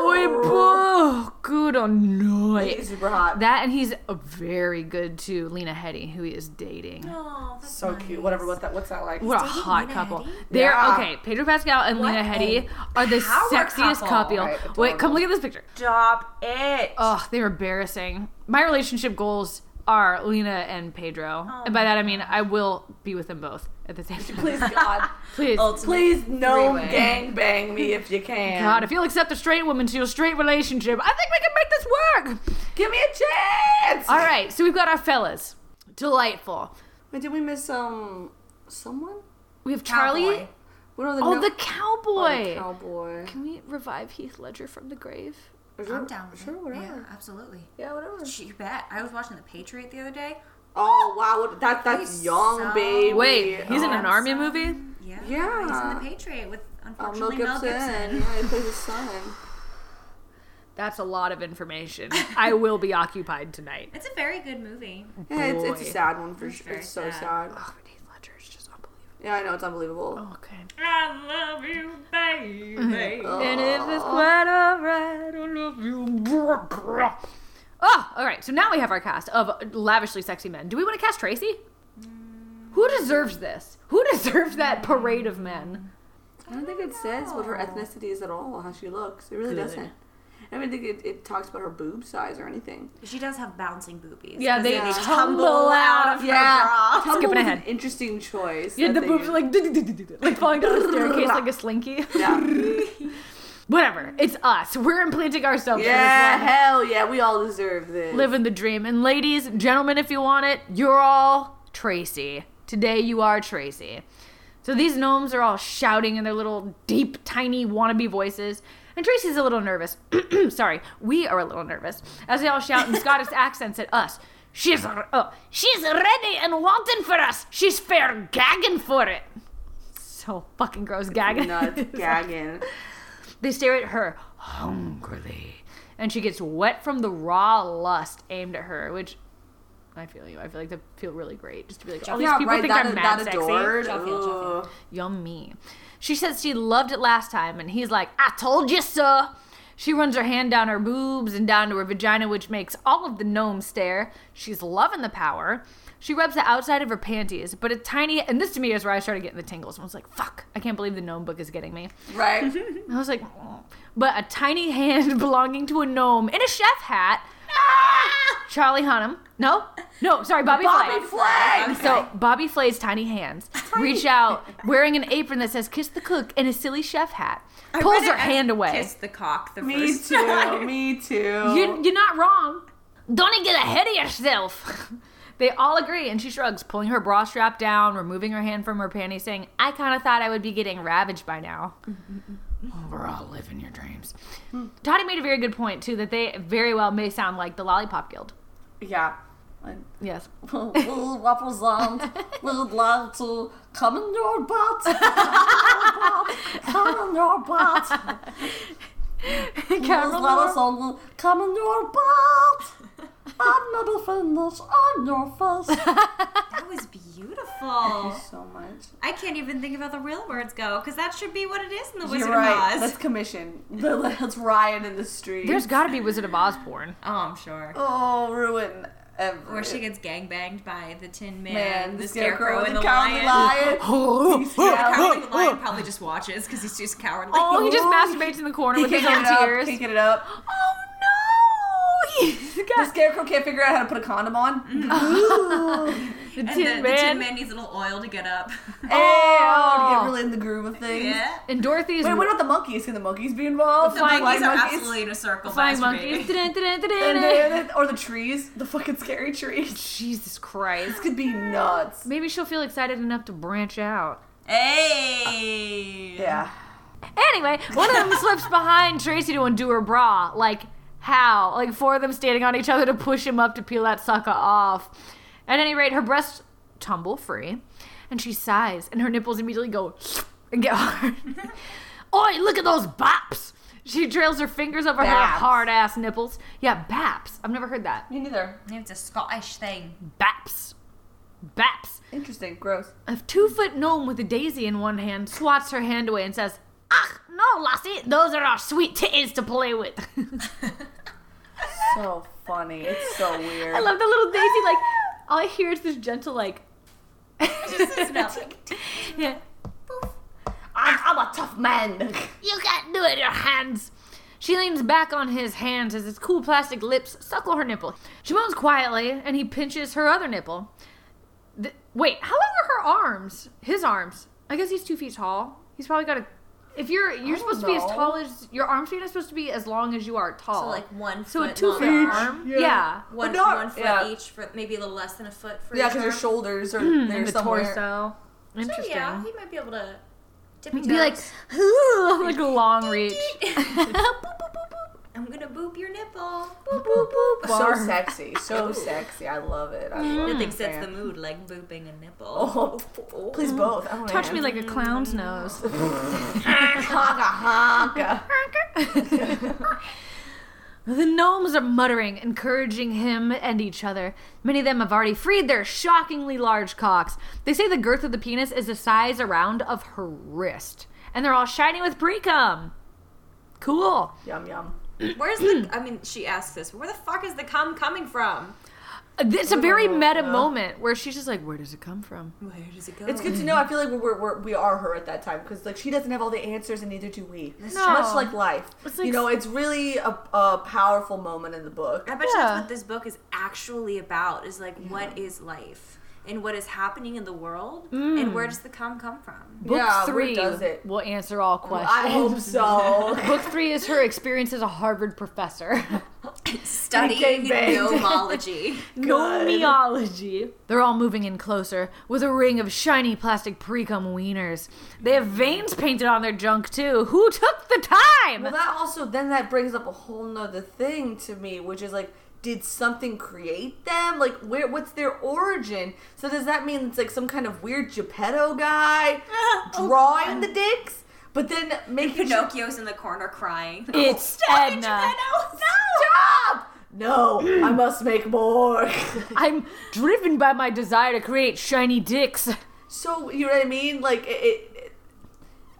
Speaker 1: boy,
Speaker 3: know.
Speaker 1: boy, good on
Speaker 3: He's
Speaker 1: night.
Speaker 3: super hot.
Speaker 1: That and he's a very good to Lena Headey, who he is dating.
Speaker 4: (gasps) Oh, that's
Speaker 3: so cute. Whatever. What's that? What's that like?
Speaker 1: What a
Speaker 4: dating
Speaker 1: hot
Speaker 4: Lena
Speaker 1: couple.
Speaker 4: Headey?
Speaker 1: They're
Speaker 3: Yeah.
Speaker 1: okay. Pedro Pascal and
Speaker 4: What
Speaker 1: Lena Headey are the
Speaker 4: power
Speaker 1: sexiest
Speaker 4: couple.
Speaker 1: couple.
Speaker 3: Right,
Speaker 1: Wait, come
Speaker 3: adorable.
Speaker 1: look at this picture.
Speaker 4: Stop it.
Speaker 1: Oh, they're embarrassing. My relationship goals are Lena and Pedro. and by that I mean I will be with them both at the (laughs) same time.
Speaker 3: (laughs) Please God.
Speaker 1: Please.
Speaker 3: Please no
Speaker 4: three-way.
Speaker 3: gang bang me if you can.
Speaker 1: God, if you'll accept a straight woman to your straight relationship, I think we can make this work.
Speaker 3: Give me a chance.
Speaker 1: All right, so we've got our fellas. Delightful.
Speaker 3: Wait, did we miss um someone?
Speaker 1: We have Charlie.
Speaker 4: Cowboy.
Speaker 3: What are the
Speaker 1: Oh,
Speaker 3: no-
Speaker 1: the
Speaker 3: Oh, the
Speaker 1: cowboy.
Speaker 3: cowboy.
Speaker 1: Can we revive Heath Ledger from the grave?
Speaker 4: I'm down with
Speaker 3: sure,
Speaker 4: it.
Speaker 3: whatever.
Speaker 4: Yeah, absolutely.
Speaker 3: Yeah, whatever.
Speaker 4: Sh- You bet. I was watching The Patriot the other day.
Speaker 3: Oh wow, what- that that's
Speaker 4: He's
Speaker 3: young
Speaker 4: so-
Speaker 3: baby.
Speaker 1: Wait, he's in
Speaker 3: Oh.
Speaker 1: an army movie?
Speaker 4: Yeah. He's
Speaker 3: Yeah.
Speaker 4: in The Patriot with
Speaker 3: Oh, Mel
Speaker 4: unfortunately
Speaker 3: Gibson.
Speaker 4: Mel Gibson.
Speaker 3: Yeah, he plays his son.
Speaker 1: That's a lot of (laughs) information. I will be occupied tonight.
Speaker 4: It's a very good movie.
Speaker 3: Yeah, it's, it's a
Speaker 1: Boy.
Speaker 3: sad one for
Speaker 4: It's
Speaker 3: sure.
Speaker 4: very
Speaker 3: It's so sad.
Speaker 4: sad. Oh,
Speaker 1: Oh, but Heath Ledger is just unbelievable.
Speaker 3: Yeah, I know it's unbelievable.
Speaker 1: Okay.
Speaker 4: I love you, baby.
Speaker 1: And if it's quite alright, I love you. Oh, all right. So now we have our cast of lavishly sexy men. Do we want to cast Tracy? Who deserves this? Who deserves that parade of men?
Speaker 3: I don't think it says what her ethnicity is at all, how she looks. It really
Speaker 1: Good.
Speaker 3: doesn't. I don't think it, it talks about her boob size or anything.
Speaker 4: She does have bouncing boobies.
Speaker 1: Yeah, they,
Speaker 3: Yeah.
Speaker 1: tumble out of
Speaker 3: Yeah,
Speaker 1: Skipping
Speaker 3: Tumble was
Speaker 1: ahead.
Speaker 3: An interesting choice.
Speaker 1: Yeah,
Speaker 3: that
Speaker 1: the
Speaker 3: they
Speaker 1: boobs
Speaker 3: used.
Speaker 1: are like like falling down the staircase like a slinky. (laughs)
Speaker 3: Yeah, (laughs)
Speaker 1: Whatever. It's us. We're implanting ourselves. in this
Speaker 3: yeah
Speaker 1: one.
Speaker 3: hell yeah, we all deserve this.
Speaker 1: living the dream. And ladies, gentlemen, if you want it, you're all Tracy. Today you are Tracy. So these gnomes are all shouting in their little deep, tiny wannabe voices. And Tracy's a little nervous. (clears throat) Sorry, we are a little nervous as they all shout in Scottish accents at us. She's oh, she's ready and wanting for us. She's fair gagging for it. So fucking gross, gagging. (laughs)
Speaker 3: (laughs) nuts, gagging.
Speaker 1: They stare at her hungrily, and she gets wet from the raw lust aimed at her, which I feel you. I feel like they feel really great just to be like, oh, these
Speaker 3: yeah,
Speaker 1: people
Speaker 3: right.
Speaker 1: think
Speaker 3: That,
Speaker 1: I'm
Speaker 3: that
Speaker 1: mad sexy.
Speaker 3: adored.
Speaker 4: Jaffiel, Jaffiel.
Speaker 3: Ugh.
Speaker 1: Yummy. She says she loved it last time, and he's like, I told you so. She runs her hand down her boobs and down to her vagina, which makes all of the gnomes stare. She's loving the power. She rubs the outside of her panties, but a tiny, and this to me is where I started getting the tingles. I was like, fuck, I can't believe the gnome book is getting me. (laughs)
Speaker 3: Right.
Speaker 1: I was like, "Oh." but a tiny hand (laughs) belonging to a gnome in a chef
Speaker 4: (laughs)
Speaker 1: hat. Ah! Charlie Hunnam. No, no, sorry, Bobby, Flay.
Speaker 3: flag.
Speaker 1: So Bobby Flay's
Speaker 4: (laughs)
Speaker 1: tiny hands reach out, wearing an apron that says "Kiss the Cook" and a silly chef hat.
Speaker 4: I
Speaker 1: Pulls
Speaker 4: read it
Speaker 1: her
Speaker 4: as
Speaker 1: hand away.
Speaker 4: Kiss the cock. The
Speaker 3: Me
Speaker 4: first
Speaker 3: too.
Speaker 4: time.
Speaker 3: Me too.
Speaker 1: You, you're not wrong. Don't get ahead of yourself. (laughs) they all agree, and she shrugs, pulling her bra strap down, removing her hand from her panties, saying, I kind of thought I would be getting ravaged by now. (laughs) We're all living your dreams. Toddy made a very good point, too, that they very well may sound like the Lollipop Guild.
Speaker 3: yeah. Like,
Speaker 1: (laughs) Yes. (laughs)
Speaker 3: we represent. We'd love to come in your butt. Come in your
Speaker 1: (laughs)
Speaker 3: butt. Come in your butt. Just let us only come in
Speaker 1: (laughs)
Speaker 3: your butt. And maybe finish on your face.
Speaker 1: (laughs)
Speaker 4: That was beautiful.
Speaker 3: so much.
Speaker 4: I can't even think of how the real words go because that should be what it is in the Wizard
Speaker 3: You're right.
Speaker 4: of Oz.
Speaker 3: Let's commission. (laughs) Let's riot in the street.
Speaker 1: There's got to be Wizard of Oz (laughs) porn.
Speaker 4: Oh, I'm sure.
Speaker 3: oh ruin. Every
Speaker 4: Where she gets gangbanged by the Tin Man,
Speaker 3: man,
Speaker 4: the,
Speaker 3: the
Speaker 4: Scarecrow,
Speaker 3: scarecrow,
Speaker 4: and
Speaker 3: the
Speaker 4: the
Speaker 3: cowardly
Speaker 4: Lion.
Speaker 3: lion.
Speaker 4: The
Speaker 1: (laughs)
Speaker 4: Cowardly Lion probably just watches because he's just cowardly.
Speaker 1: Oh, he just masturbates in the corner with his
Speaker 3: Kicking
Speaker 1: own
Speaker 3: it up,
Speaker 1: tears.
Speaker 3: kicking it up.
Speaker 1: Oh no! (laughs) He's
Speaker 3: The
Speaker 1: got
Speaker 3: scarecrow can't figure out how to put a condom on. (laughs)
Speaker 1: (laughs)
Speaker 3: Ooh.
Speaker 1: the
Speaker 4: and
Speaker 1: Tin
Speaker 4: the, the
Speaker 1: Man.
Speaker 4: Tin Man needs a little oil to get up. (laughs)
Speaker 3: Hey, oh, to get really in the groove of things.
Speaker 4: yeah.
Speaker 1: And Dorothy's
Speaker 3: Wait, what about the monkeys? Can the monkeys be involved?
Speaker 4: The
Speaker 1: flying
Speaker 4: monkeys are
Speaker 3: monkeys.
Speaker 4: absolutely in a circle.
Speaker 1: flying
Speaker 4: masturbating.
Speaker 1: monkeys. (laughs) Dun, dun, dun, dun,
Speaker 3: And
Speaker 1: dun.
Speaker 3: then- or the trees? The fucking scary (laughs) trees.
Speaker 1: Jesus Christ.
Speaker 3: This could be nuts.
Speaker 1: Maybe she'll feel excited enough to branch out.
Speaker 4: Hey.
Speaker 3: Yeah.
Speaker 1: Anyway, one of them (laughs) slips behind Tracy to undo her bra. Like, how? Like, four of them standing on each other to push him up to peel that sucker off. At any rate, her breasts tumble free, and she sighs, and her nipples immediately go (sniffs) and get (laughs) hard. Oi, look at those baps! She trails her fingers over her
Speaker 3: Baps.
Speaker 1: hard ass nipples. Yeah, baps. I've never heard that.
Speaker 3: Me neither.
Speaker 4: It's a Scottish thing.
Speaker 1: Baps. Baps.
Speaker 3: Interesting. Gross.
Speaker 1: A two foot gnome with a daisy in one hand swats her hand away and says, Ach, no, lassie, those are our sweet titties to play with.
Speaker 3: So funny. It's so weird.
Speaker 1: I love the little daisy, like, all I hear is this gentle, like,
Speaker 4: Just says nothing.
Speaker 1: (laughs) yeah,
Speaker 3: I'm, I'm a tough man.
Speaker 1: you can't do it, your hands. She leans back on his hands as his cool plastic lips suckle her nipple. She moans quietly, and he pinches her other nipple. Th- wait, how long are her arms? His arms. I guess he's two feet tall. He's probably got a. If you're you're
Speaker 3: don't
Speaker 1: supposed to be as
Speaker 3: know.
Speaker 1: tall as your arms being supposed to be as long as you are tall.
Speaker 4: So like one
Speaker 1: So a
Speaker 4: foot
Speaker 1: two foot
Speaker 4: long.
Speaker 1: arm?
Speaker 3: yeah.
Speaker 1: Yeah.
Speaker 4: One,
Speaker 3: But not-
Speaker 4: one foot
Speaker 3: yeah.
Speaker 4: each, for maybe a little less than a foot for
Speaker 3: Yeah,
Speaker 4: each
Speaker 3: because
Speaker 4: arm.
Speaker 3: your shoulders are there
Speaker 1: And the
Speaker 3: somewhere.
Speaker 1: torso. Interesting.
Speaker 4: So yeah, he might be able to tippy toes.
Speaker 1: Be
Speaker 5: (laughs)
Speaker 1: like, "Ooh," like (laughs) a long reach.
Speaker 4: (laughs) I'm gonna boop your nipple.
Speaker 3: Hmm.
Speaker 4: Boop.
Speaker 3: So
Speaker 1: Barf.
Speaker 3: sexy. So sexy. I love it. I love
Speaker 4: Nothing
Speaker 3: it.
Speaker 4: sets the mood like booping a nipple.
Speaker 3: Mm. Oh, please both. I wanna
Speaker 1: Touch me
Speaker 3: dance.
Speaker 1: like a clown's nose.
Speaker 3: (laughs) honka honka.
Speaker 1: The gnomes are muttering, encouraging him and each other. Many of them have already freed their shockingly large cocks. They say the girth of the penis is the size around of her wrist, and they're all shining with precum. Cool.
Speaker 5: Yum yum. (laughs) Where's
Speaker 3: Hmm.
Speaker 5: the? I mean, she asks this. Where the fuck is the cum coming from?
Speaker 1: It's a
Speaker 3: Oh,
Speaker 1: very meta
Speaker 5: yeah.
Speaker 1: moment where she's just like, "Where does it come from?"
Speaker 5: Where does it go?
Speaker 3: It's good to know. I feel like we're, we're, we're we are her at that time because like she doesn't have all the answers and neither do we.
Speaker 1: No.
Speaker 3: Much like life,
Speaker 1: It's like-
Speaker 3: you know, it's really a, a powerful moment in the book.
Speaker 5: I bet you
Speaker 1: Yeah.
Speaker 5: that's what this book is actually about. Is like what is life and what is happening in the world and
Speaker 3: Hmm.
Speaker 5: where does the cum come
Speaker 3: (laughs)
Speaker 5: from? (laughs)
Speaker 1: Book
Speaker 3: yeah,
Speaker 1: three
Speaker 3: where does it?
Speaker 1: will answer all questions.
Speaker 3: I hope so. (laughs)
Speaker 1: Book three is her experience as a Harvard professor. (laughs)
Speaker 5: Study
Speaker 3: Okay, babe. (laughs)
Speaker 5: gnomology.
Speaker 1: Gnomeology. They're all moving in closer with a ring of shiny plastic precum wieners. They have veins painted on their junk too. Who took the time?
Speaker 3: Well, that also then that brings up a whole nother thing to me, which is like, did something create them? Like, where? What's their origin? So does that mean it's like some kind of weird Geppetto guy drawing the dicks, but then
Speaker 4: (laughs)
Speaker 3: making sure-
Speaker 5: Pinocchio's in the corner
Speaker 3: (laughs)
Speaker 5: crying.
Speaker 1: it's
Speaker 5: Stop it,
Speaker 1: Edna.
Speaker 5: Geppetto!
Speaker 3: Stop! No, I must make more. (laughs)
Speaker 1: I'm driven by my desire to create shiny dicks.
Speaker 3: so you know what I mean? Like it. it it-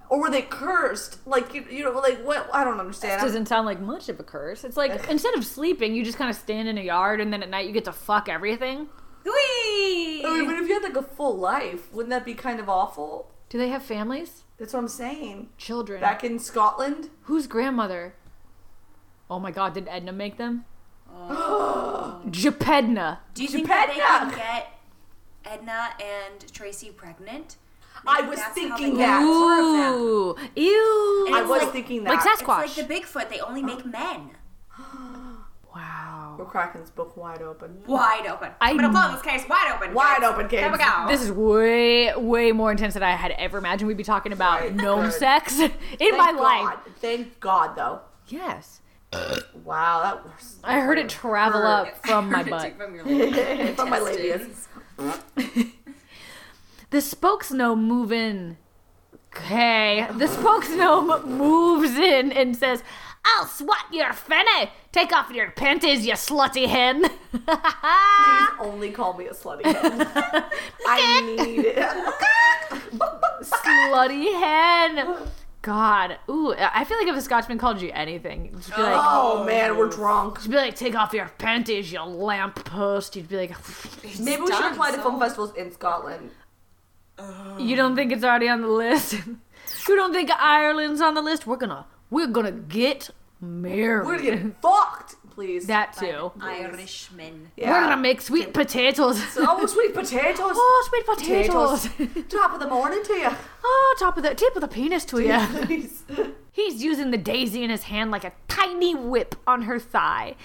Speaker 3: or were they cursed? Like you, you know, like what? I don't understand. I'm-
Speaker 1: Doesn't sound like much of a curse. It's like instead of sleeping, you just kind of stand in a yard, and then at night you get to fuck everything.
Speaker 3: I mean,
Speaker 5: Whee!
Speaker 3: but if you had like a full life, wouldn't that be kind of awful?
Speaker 1: Do they have families?
Speaker 3: That's what I'm saying.
Speaker 1: Children?
Speaker 3: Back in Scotland,
Speaker 1: Whose grandmother? Oh my god, did Edna make (gasps) them? Geppedna.
Speaker 5: Do you think
Speaker 3: Geppetto.
Speaker 5: that they can
Speaker 4: Get Edna and Tracy pregnant.
Speaker 3: I was
Speaker 4: that's how
Speaker 3: thinking
Speaker 4: they got the
Speaker 3: that.
Speaker 4: four of them.
Speaker 1: Ooh, ew.
Speaker 3: I
Speaker 4: it's
Speaker 3: was
Speaker 4: like-
Speaker 3: thinking that.
Speaker 1: like
Speaker 4: It's
Speaker 1: Sasquatch.
Speaker 4: like the Bigfoot. They only
Speaker 5: Uh,
Speaker 4: make men
Speaker 1: wow.
Speaker 3: We're cracking this book wide open.
Speaker 5: wide open?
Speaker 1: I-
Speaker 5: I'm gonna blow this case wide open.
Speaker 3: Wide
Speaker 5: guys.
Speaker 3: open,
Speaker 5: There we
Speaker 3: kids.
Speaker 5: go.
Speaker 1: This is way, way more intense than I had ever imagined we'd be talking about
Speaker 3: Right,
Speaker 1: gnome
Speaker 3: good.
Speaker 1: sex (laughs) in my life.
Speaker 3: God. Thank God, though.
Speaker 1: Yes.
Speaker 3: Wow, that was
Speaker 1: I heard it travel up from
Speaker 3: (laughs)
Speaker 5: (laughs)
Speaker 1: my butt.
Speaker 5: From your little
Speaker 3: from my labius.
Speaker 1: The spokes no move in. Okay. The spokes no moves in and says, I'll swat your fanny. Take off your panties, you slutty hen. (laughs)
Speaker 3: Please
Speaker 1: Ah.
Speaker 3: only call me a slutty. hen. I need it.
Speaker 1: slutty hen. God. Ooh, I feel like if a Scotchman called you anything, you'd be like,
Speaker 3: oh man, we're drunk.
Speaker 1: you'd be like, take off your panties, you lamp post. You'd be like,
Speaker 3: Maybe we should
Speaker 5: done,
Speaker 3: apply to
Speaker 5: so-
Speaker 3: film festivals in Scotland.
Speaker 1: you don't think it's already on the list? (laughs) you don't think Ireland's on the list? We're gonna, we're gonna get married.
Speaker 3: We're getting fucked, please.
Speaker 1: that too.
Speaker 5: Irishman.
Speaker 1: We're
Speaker 3: yeah.
Speaker 1: gonna make sweet potatoes.
Speaker 3: (laughs) Oh,
Speaker 1: (laughs)
Speaker 3: sweet potatoes.
Speaker 1: oh, sweet potatoes.
Speaker 3: Potatoes. (laughs) Top of the morning
Speaker 1: (laughs)
Speaker 3: to you.
Speaker 1: oh, top of the tip of the penis to you.
Speaker 3: Please.
Speaker 1: He's using the daisy in his hand like a tiny whip on her thigh.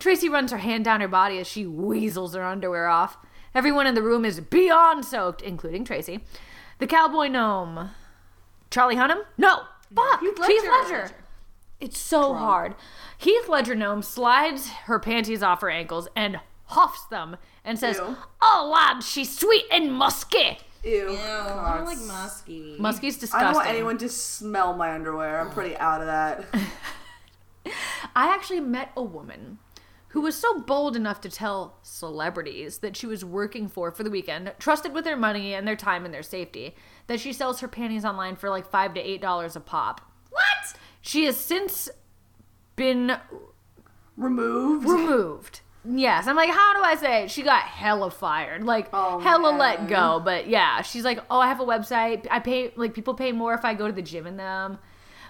Speaker 1: Tracy runs her hand down her body as she weasels her underwear off. Everyone in the room is beyond soaked, including Tracy. The cowboy gnome. Charlie Hunnam? No! Fuck! Heath Ledger. It's so hard. Heath Ledger gnome slides her panties off her ankles and huffs them and says,
Speaker 3: Ew.
Speaker 1: Oh, lad, she's sweet and musky.
Speaker 3: Ew.
Speaker 4: I don't like musky.
Speaker 1: Musky's disgusting.
Speaker 3: I don't want anyone to smell my underwear. I'm pretty out of that.
Speaker 1: I actually met a woman who was so bold enough to tell celebrities that she was working for for the weekend, trusted with their money and their time and their safety, that she sells her panties online for like five to eight dollars a pop. What? She has since been
Speaker 3: Removed.
Speaker 1: removed. Yes, I'm like, how do I say? it? She got hella fired, like
Speaker 3: Oh,
Speaker 1: hella
Speaker 3: man.
Speaker 1: let go. But yeah, she's like, oh, I have a website. I pay like people pay more if I go to the gym in them,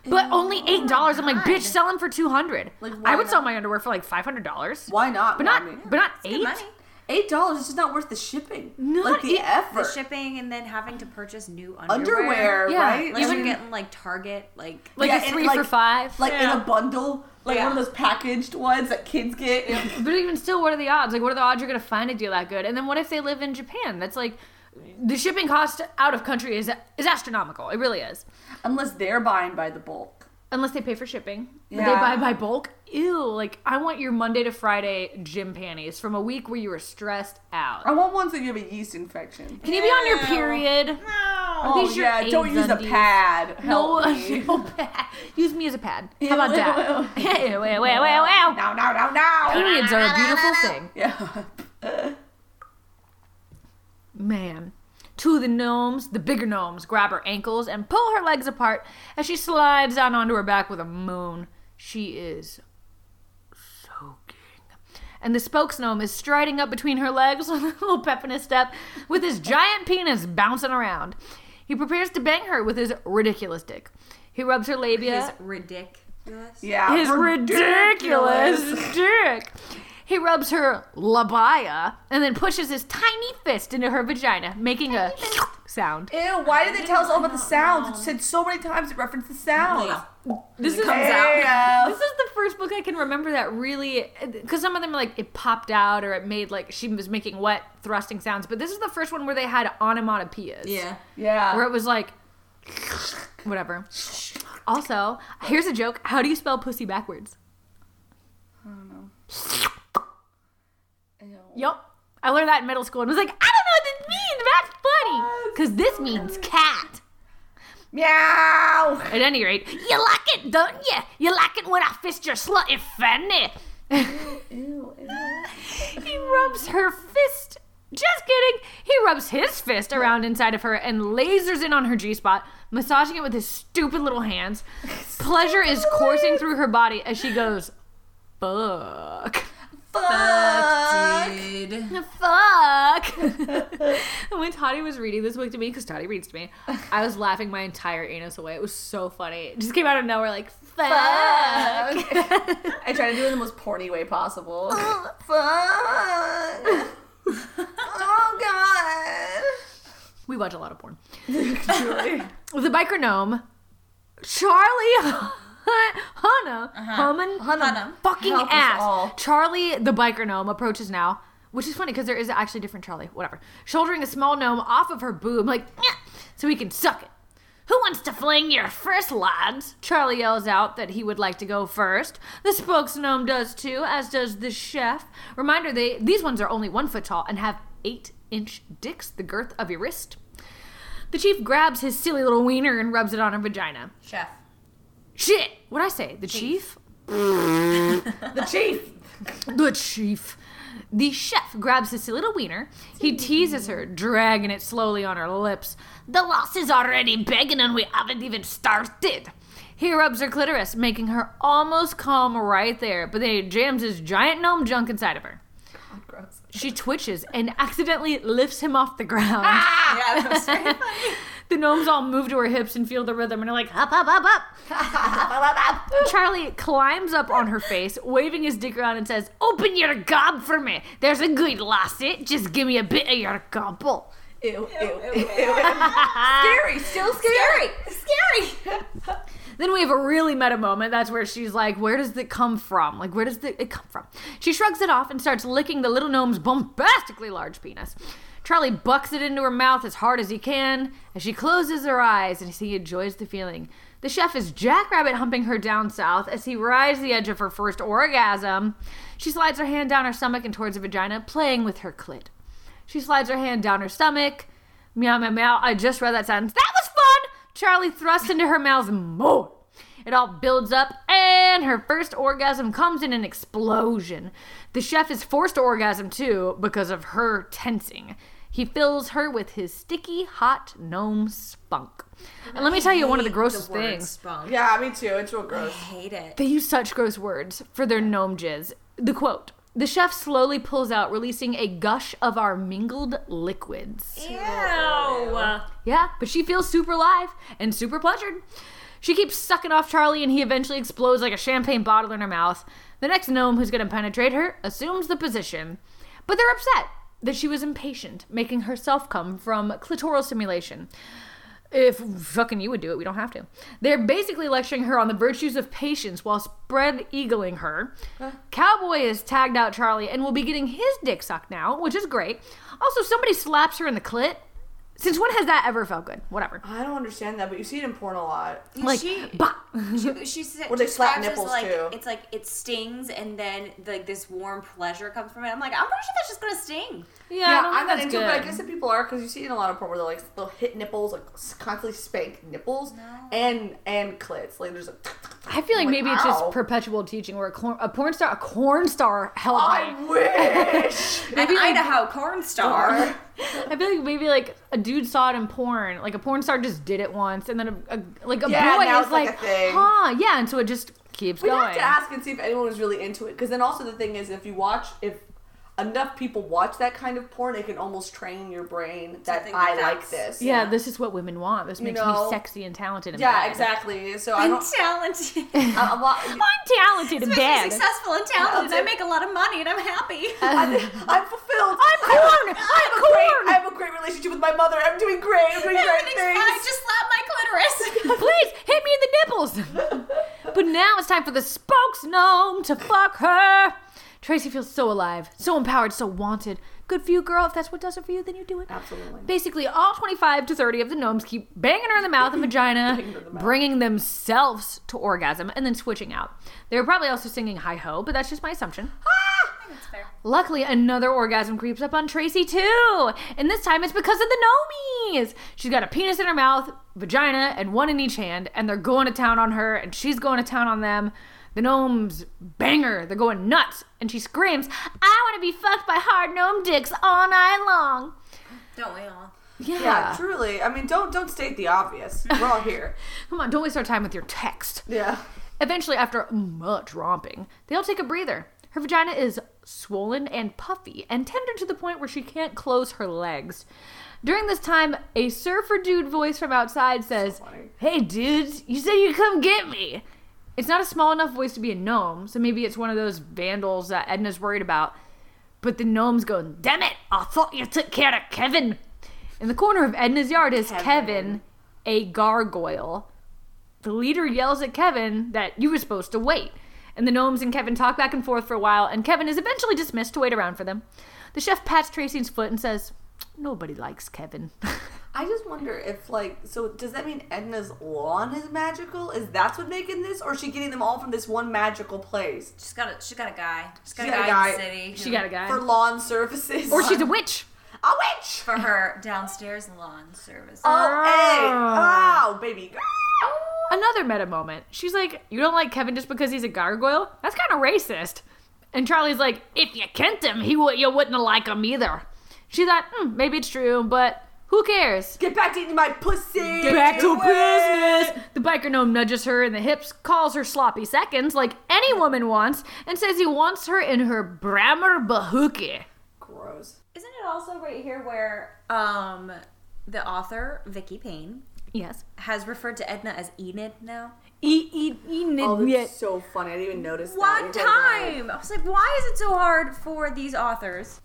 Speaker 1: but only eight dollars. I'm like, bitch, selling for two hundred.
Speaker 3: Like,
Speaker 1: I
Speaker 3: why
Speaker 1: would sell
Speaker 3: not?
Speaker 1: my underwear for like five hundred dollars,
Speaker 3: Why not?
Speaker 1: but
Speaker 3: Well,
Speaker 1: not,
Speaker 3: I mean,
Speaker 1: but not eight.
Speaker 3: eight dollars. It's just not worth the shipping.
Speaker 1: Not
Speaker 3: like the
Speaker 1: e-
Speaker 3: effort.
Speaker 4: The shipping and then having to purchase new underwear.
Speaker 3: underwear,
Speaker 1: Yeah,
Speaker 3: right?
Speaker 4: Like
Speaker 1: Even-
Speaker 4: you're getting like Target, like
Speaker 1: Like
Speaker 3: Yeah,
Speaker 1: a
Speaker 3: and,
Speaker 1: three for
Speaker 3: like-
Speaker 1: five.
Speaker 3: like
Speaker 1: Yeah.
Speaker 3: in a bundle, like
Speaker 5: Yeah.
Speaker 3: one of those packaged ones that kids get.
Speaker 1: But even still, what are the odds? Like, what are the odds you're gonna find a deal that good? And then what if they live in Japan? That's like, the shipping cost out of country is is astronomical. It really is.
Speaker 3: Unless they're buying by the bulk.
Speaker 1: Unless they pay for shipping. But
Speaker 3: Yeah.
Speaker 1: They buy by bulk. Ew, like I want your Monday to Friday gym panties from a week where you were stressed out.
Speaker 3: I want ones that you have a yeast infection.
Speaker 1: Can you be on your period?
Speaker 5: No.
Speaker 1: Are
Speaker 3: Oh,
Speaker 1: these your
Speaker 3: yeah, don't
Speaker 1: AIDS
Speaker 3: use
Speaker 1: undies?
Speaker 3: a pad.
Speaker 1: No,
Speaker 3: Help me.
Speaker 1: (laughs) no pad. Use me as a pad. How about that? (laughs) Ew, ew, ew, ew, ew.
Speaker 3: No, no, no, no.
Speaker 1: Periods are a beautiful thing.
Speaker 3: Yeah.
Speaker 1: Man. Two of the gnomes, the bigger gnomes, grab her ankles and pull her legs apart as she slides down onto her back with a moan. She is soaking. And the spokes gnome is striding up between her legs (laughs) with a little pep in his step, with his giant penis bouncing around. He prepares to bang her with his ridiculous dick. He rubs her labia.
Speaker 5: It's ridiculous.
Speaker 3: Yeah.
Speaker 1: his ridiculous, (laughs) dick. He rubs her labia and then pushes his tiny fist into her vagina, making a sound.
Speaker 3: Ew, why did they tell us all about the sounds? It said so many times it referenced the sounds.
Speaker 1: This is
Speaker 3: Yeah.
Speaker 1: This is the first book I can remember that really, because some of them like it popped out or it made like she was making wet thrusting sounds, but this is the first one where they had onomatopoeias.
Speaker 5: Yeah.
Speaker 1: where
Speaker 3: Yeah.
Speaker 1: it was like, whatever. Also, here's a joke: How do you spell pussy backwards? Yup. I learned that in middle school and was like, I don't know what this means. That's funny. Because this means cat.
Speaker 3: Meow.
Speaker 1: At any rate, you like it, don't you? You like it when I fist your slutty fanny. he rubs her fist. Just kidding. He rubs his fist around inside of her and lasers in on her G spot, massaging it with his stupid little hands. Pleasure is coursing through her body as she goes, fuck.
Speaker 5: Fuck, dude.
Speaker 1: Fuck! And (laughs) when Toddy was reading this book to me, because Toddy reads to me, I was laughing my entire anus away. It was so funny. It just came out of nowhere, like fuck.
Speaker 3: I try to do it in the most porny way possible. (laughs) Fun. oh
Speaker 1: (laughs) we watch a lot of porn.
Speaker 3: god. (laughs) Really?
Speaker 1: The biker gnome, Charlie. (laughs) Hana, Haman,
Speaker 5: Hunnam.
Speaker 1: fucking
Speaker 3: Help us all.
Speaker 1: ass. Charlie the biker gnome approaches now, which is funny because there is actually a different Charlie. Whatever, shouldering a small gnome off of her boob, like "Nyeh," so he can suck it. Who wants to fling your first, lads? Charlie yells out that he would like to go first. The spokes gnome does too, as does the chef. Reminder: they these ones are only one foot tall and have eight-inch dicks, the girth of your wrist. The chief grabs his silly little wiener and rubs it on her vagina.
Speaker 5: Chef.
Speaker 1: Shit! What'd I say? The chief?
Speaker 3: The chief.
Speaker 1: The chief. The chef grabs his little wiener. He teases her, dragging it slowly on her lips. The loss is already begging and we haven't even started. He rubs her clitoris, making her almost come right there, but then he jams his giant gnome junk inside of her.
Speaker 3: Gross.
Speaker 1: She twitches and accidentally lifts him off the ground.
Speaker 3: Ah.
Speaker 5: Yeah, that was very funny.
Speaker 1: (laughs) The gnomes all move to her hips and feel the rhythm and are like, up, up, up, up. Charlie climbs up on her face, waving his dick around and says, Open your gob for me. There's a good lassie. Just give me a bit of your gobble.
Speaker 3: (laughs) Ew, ew, ew, ew, Scary, still scary.
Speaker 5: Scary.
Speaker 1: Then we have a really meta moment. That's where she's like, Where does it come from? Like, where does the, it come from? She shrugs it off and starts licking the little gnome's bombastically large penis. Charlie bucks it into her mouth as hard as he can as she closes her eyes and he enjoys the feeling. The chef is jackrabbit humping her down south as he rides the edge of her first orgasm. She slides her hand down her stomach and towards her vagina, playing with her clit. She slides her hand down her stomach. Meow, meow, meow. I just read that sentence. That was fun! Charlie thrusts into her mouth more. It all builds up, and her first orgasm comes in an explosion. The chef is forced to orgasm too because of her tensing. He fills her with his sticky, hot gnome spunk. And let me tell you one of the
Speaker 5: Hate
Speaker 1: grossest
Speaker 5: word
Speaker 1: things.
Speaker 5: Spunk.
Speaker 3: Yeah, me too. It's real gross.
Speaker 5: Hate it.
Speaker 1: They use such gross words for their gnome jizz. The quote The chef slowly pulls out, releasing a gush of our mingled liquids.
Speaker 5: Ew.
Speaker 1: Yeah, but she feels super alive and super pleasured. She keeps sucking off Charlie, and he eventually explodes like a champagne bottle in her mouth. The next gnome who's going to penetrate her assumes the position, but they're upset that she was impatient, making herself come from clitoral stimulation. If fucking you would do it, we don't have to. They're basically lecturing her on the virtues of patience while spread eagling her. Cowboy has tagged out Charlie and will be getting his dick sucked now, which is great. Also, somebody slaps her in the clit. Since when has that ever felt good? Whatever.
Speaker 3: I don't understand that, but you see it in porn a lot.
Speaker 1: Like, (laughs)
Speaker 5: she,
Speaker 1: bah.
Speaker 5: she, she said,
Speaker 3: Well, they slap
Speaker 5: describes it as
Speaker 3: nipples,
Speaker 5: like,
Speaker 3: too.
Speaker 5: It's like it stings, and then like this warm pleasure comes from it. I'm like, I'm pretty sure that's just gonna sting.
Speaker 1: Yeah,
Speaker 3: Yeah,
Speaker 1: I don't
Speaker 3: I'm
Speaker 1: think
Speaker 3: not
Speaker 1: that's
Speaker 3: into
Speaker 1: good.
Speaker 3: it, but I guess that people are because you see it in a lot of porn where they're like they'll hit nipples, like s- constantly spank nipples and and clits. Like there's a.
Speaker 1: I feel like
Speaker 3: Like,
Speaker 1: maybe it's just
Speaker 3: ow.
Speaker 1: perpetual teaching where a, corn, a porn star, a corn star, hell,
Speaker 3: (laughs) I wish.
Speaker 5: Maybe An Idaho
Speaker 1: (laughs)
Speaker 5: corn star.
Speaker 1: I feel like maybe like a dude saw it in porn, like a porn star just did it once, and then a, a like a
Speaker 3: Yeah,
Speaker 1: boy
Speaker 3: now
Speaker 1: is
Speaker 3: it's like
Speaker 1: like,
Speaker 3: a thing.
Speaker 1: huh, yeah, and so it just keeps
Speaker 3: We
Speaker 1: going.
Speaker 3: have to ask and see if anyone was really into it. Because then also the thing is, if you watch, if enough people watch that kind of porn, it can almost train your brain that
Speaker 5: think that
Speaker 3: I like
Speaker 5: that's-
Speaker 3: this.
Speaker 1: yeah, this is what women want. This makes
Speaker 3: know?
Speaker 1: me sexy and talented. And
Speaker 3: Yeah,
Speaker 1: bad.
Speaker 3: exactly. So I
Speaker 5: I'm
Speaker 3: don't.
Speaker 5: talented.
Speaker 1: (laughs)
Speaker 3: I, I'm not-
Speaker 1: I'm talented and
Speaker 5: Makes me
Speaker 1: bad.
Speaker 5: successful and talented.
Speaker 3: Talented.
Speaker 5: I make a lot of money, and I'm (laughs) happy.
Speaker 3: I'm fulfilled.
Speaker 1: I'm corn. I'm
Speaker 3: I have a great. I
Speaker 1: corn.
Speaker 3: have a great relationship with my mother. I'm doing great. I'm doing great
Speaker 5: Everything's fine.
Speaker 3: things.
Speaker 5: Just slap my clitoris.
Speaker 1: (laughs) Please hit me in the nipples. but now it's time for the spokes gnome to fuck her. Tracy feels so alive, so empowered, so wanted. Good for you, girl. If that's what does it for you, then you do it.
Speaker 3: Absolutely.
Speaker 1: Basically, all 25 to 30 of the gnomes keep banging her in the mouth and vagina, bringing themselves to orgasm and then switching out. They're probably also singing Hi Ho, but that's just my assumption.
Speaker 5: That's fair.
Speaker 1: Luckily, another orgasm creeps up on Tracy too, and this time it's because of the gnomies. She's got a penis in her mouth, vagina, and one in each hand, and they're going to town on her, and she's going to town on them. The gnomes bang her, they're going nuts, and she screams, "I want to be fucked by hard gnome dicks all night long."
Speaker 5: Don't we all?
Speaker 1: Yeah,
Speaker 3: Yeah, truly. I mean, don't don't state the obvious. We're
Speaker 1: (laughs)
Speaker 3: all here.
Speaker 1: come on, don't waste our time with your text.
Speaker 3: Yeah.
Speaker 1: Eventually, after much romping, they all take a breather. Her vagina is swollen and puffy and tender to the point where she can't close her legs. During this time, a surfer dude voice from outside says,
Speaker 3: funny.
Speaker 1: Hey dudes, you said you'd come get me. It's not a small enough voice to be a gnome, so maybe it's one of those vandals that Edna's worried about. But the gnome's going, Damn it, I thought you took care of Kevin. In the corner of Edna's yard is Kevin a gargoyle the leader yells at Kevin that you were supposed to wait. And the gnomes and Kevin talk back and forth for a while, and Kevin is eventually dismissed to wait around for them. The chef pats Tracy's foot and says, Nobody likes Kevin. (laughs)
Speaker 3: I just wonder if like so does that mean Edna's lawn is magical? Is that what making this, or is she getting them all from this one magical place
Speaker 5: She's got a she got a guy. She's got,
Speaker 3: She
Speaker 5: a,
Speaker 3: got
Speaker 5: guy
Speaker 3: a
Speaker 5: in the
Speaker 3: guy.
Speaker 5: city.
Speaker 1: she
Speaker 5: who-
Speaker 1: got a guy.
Speaker 3: for lawn services?
Speaker 1: or she's a witch.
Speaker 3: (laughs) a witch.
Speaker 5: for her downstairs lawn service.
Speaker 3: Oh, hey, oh, baby girl.
Speaker 1: Another meta moment. She's like, You don't like Kevin just because he's a gargoyle? That's kind of racist. And Charlie's like, If you kent him, he would you wouldn't like him either. She thought, hmm, maybe it's true, but who cares?
Speaker 3: Get back to eating my pussy. Get
Speaker 1: Back to business. The biker gnome nudges her in the hips, calls her sloppy seconds like any woman wants, and says he wants her in her Brammer Bahuki.
Speaker 3: Gross.
Speaker 5: Isn't it also right here where um the author Vicky Payne
Speaker 1: Yes.
Speaker 5: has referred to Edna as Enid now?
Speaker 1: E e e
Speaker 3: Oh, that's
Speaker 1: yes.
Speaker 3: so funny. I didn't even notice. that.
Speaker 5: One
Speaker 3: You're right.
Speaker 5: time, I was like, why is it so hard for these authors?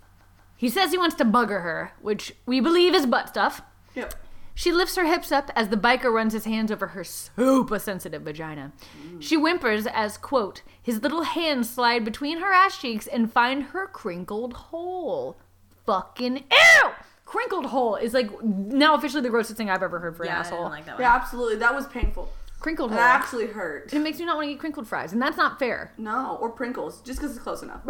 Speaker 1: He says he wants to bugger her, which we believe is butt stuff.
Speaker 3: Yep.
Speaker 1: She lifts her hips up as the biker runs his hands over her super sensitive vagina. She whimpers as, quote, his little hands slide between her ass cheeks and find her crinkled hole. Fucking ew! Crinkled hole is like now officially the grossest thing I've ever heard for an
Speaker 5: I
Speaker 1: asshole.
Speaker 5: didn't like that Ah. one.
Speaker 3: Yeah, absolutely. That was painful.
Speaker 1: Crinkled hole.
Speaker 3: That actually hurt.
Speaker 1: It makes me not want to eat crinkled fries, and that's not fair. (laughs)
Speaker 3: No, or Pringles, just because it's close enough.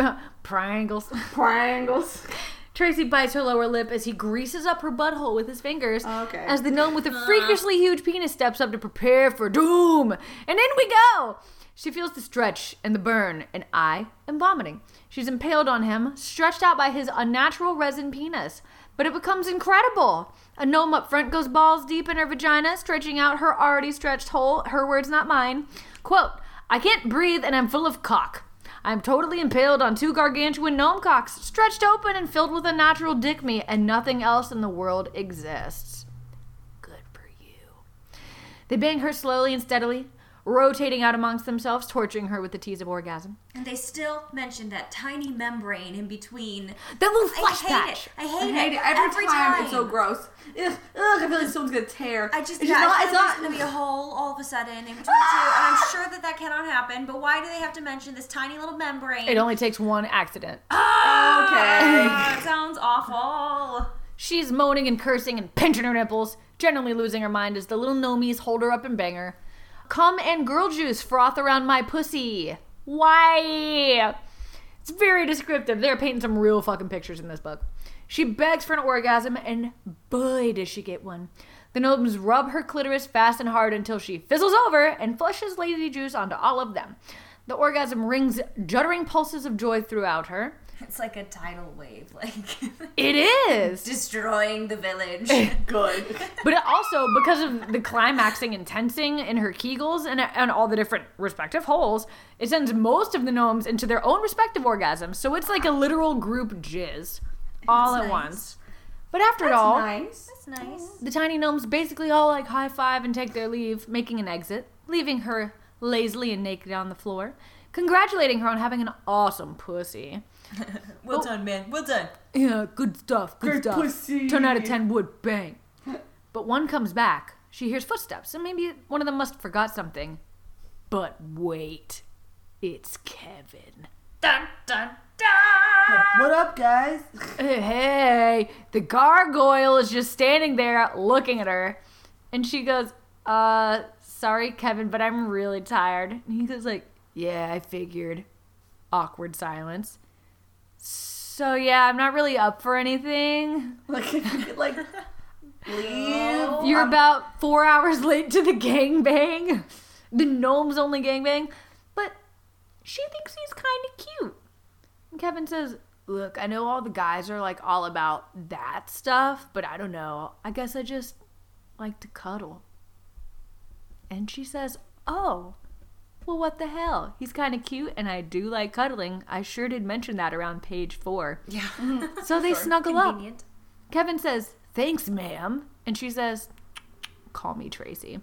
Speaker 1: Pringles.
Speaker 3: Pringles.
Speaker 1: Tracy bites her lower lip as he greases up her butthole with his fingers.
Speaker 3: Okay.
Speaker 1: As the gnome with a freakishly huge penis steps up to prepare for doom. And in we go! She feels the stretch and the burn, and I am vomiting. She's impaled on him, stretched out by his unnatural resin penis. But it becomes incredible. A gnome up front goes balls deep in her vagina, stretching out her already stretched hole. Her words, not mine. Quote, I can't breathe and I'm full of cock. I'm totally impaled on two gargantuan gnome cocks, stretched open and filled with a natural dick meat, and nothing else in the world exists. Good for you. They bang her slowly and steadily, rotating out amongst themselves, torturing her with the tease of orgasm.
Speaker 5: And they still mention that tiny membrane in between.
Speaker 1: That little
Speaker 5: I
Speaker 1: flesh
Speaker 5: hate
Speaker 1: patch.
Speaker 5: it. I hate,
Speaker 3: I hate
Speaker 5: it.
Speaker 3: it every, time, It's so gross. Ugh, ugh, I feel like someone's gonna tear.
Speaker 5: I just,
Speaker 3: it's
Speaker 5: yeah,
Speaker 3: not.
Speaker 5: I
Speaker 3: It's
Speaker 5: feel
Speaker 3: not.
Speaker 5: like
Speaker 3: Ah!
Speaker 5: there's gonna be a hole all of a sudden in between the two, and I'm sure that that cannot happen. But why do they have to mention this tiny little membrane?
Speaker 1: It only takes one accident.
Speaker 3: (laughs)
Speaker 5: (laughs)
Speaker 3: okay.
Speaker 5: Ah, it sounds awful.
Speaker 1: She's moaning and cursing and pinching her nipples, generally losing her mind as the little gnomies hold her up and bang her. Come and girl juice froth around my pussy. Why? It's very descriptive. They're painting some real fucking pictures in this book. She begs for an orgasm, and boy, does she get one. The gnomes rub her clitoris fast and hard until she fizzles over and flushes lazy juice onto all of them. The orgasm rings juddering pulses of joy throughout her.
Speaker 4: It's like a tidal wave, like
Speaker 1: It is!
Speaker 4: destroying the village.
Speaker 3: (laughs) Good.
Speaker 1: But it also, because of the climaxing and tensing in her kegels and, and all the different respective holes, it sends most of the gnomes into their own respective orgasms. So it's like a literal group jizz all at
Speaker 4: nice.
Speaker 1: once. But after
Speaker 3: (laughs)
Speaker 1: it all,
Speaker 3: nice.
Speaker 4: That's nice.
Speaker 1: the tiny gnomes basically all like high five and take their leave, making an exit, leaving her lazily and naked on the floor, congratulating her on having an awesome pussy.
Speaker 5: (laughs)
Speaker 1: Oh.
Speaker 5: Well done, man. Well done.
Speaker 1: Yeah, good stuff. Good,
Speaker 3: Good
Speaker 1: stuff.
Speaker 3: pussy.
Speaker 1: Ten out of ten would bang. (laughs) But one comes back. She hears footsteps, and maybe one of them must have forgot something. But wait, it's Kevin. Dun dun dun.
Speaker 3: What up, guys? (laughs)
Speaker 1: Hey, the gargoyle is just standing there looking at her, and she goes, "Uh, sorry, Kevin, but I'm really tired." And he goes, "Like, yeah, I figured." Awkward silence. So yeah, I'm not really up for anything.
Speaker 3: Like, if you could, like, (laughs) leave.
Speaker 1: You're about four hours late to the gangbang. The gnome's only gangbang. But she thinks he's kind of cute. And Kevin says, Look, I know all the guys are like all about that stuff, but I don't know. I guess I just like to cuddle. And she says, Oh, well, what the hell? He's kind of cute and I do like cuddling. I sure did mention that around page four.
Speaker 5: Yeah.
Speaker 1: So they snuggle up.
Speaker 4: Convenient.
Speaker 1: Kevin says, Thanks, ma'am. And she says, Call me Tracy.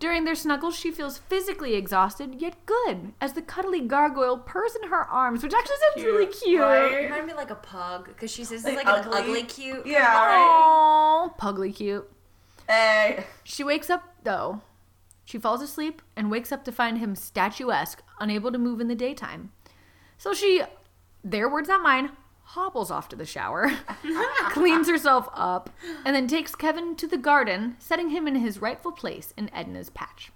Speaker 1: During their snuggles, she feels physically exhausted, yet good, as the cuddly gargoile purrs in her arms, which actually sounds really cute.
Speaker 3: right?
Speaker 5: Remind me like a pug, because she says
Speaker 3: Like
Speaker 5: it's like
Speaker 3: ugly?
Speaker 5: an ugly
Speaker 3: (laughs)
Speaker 5: cute.
Speaker 3: Yeah, alright.
Speaker 1: Aww, pugly cute.
Speaker 3: Hey.
Speaker 1: She wakes up, though. She falls asleep and wakes up to find him statuesque, unable to move in the daytime. So she, their words, not mine, hobbles off to the shower, (laughs) cleans herself up, and then takes Kevin to the garden, setting him in his rightful place in Edna's patch.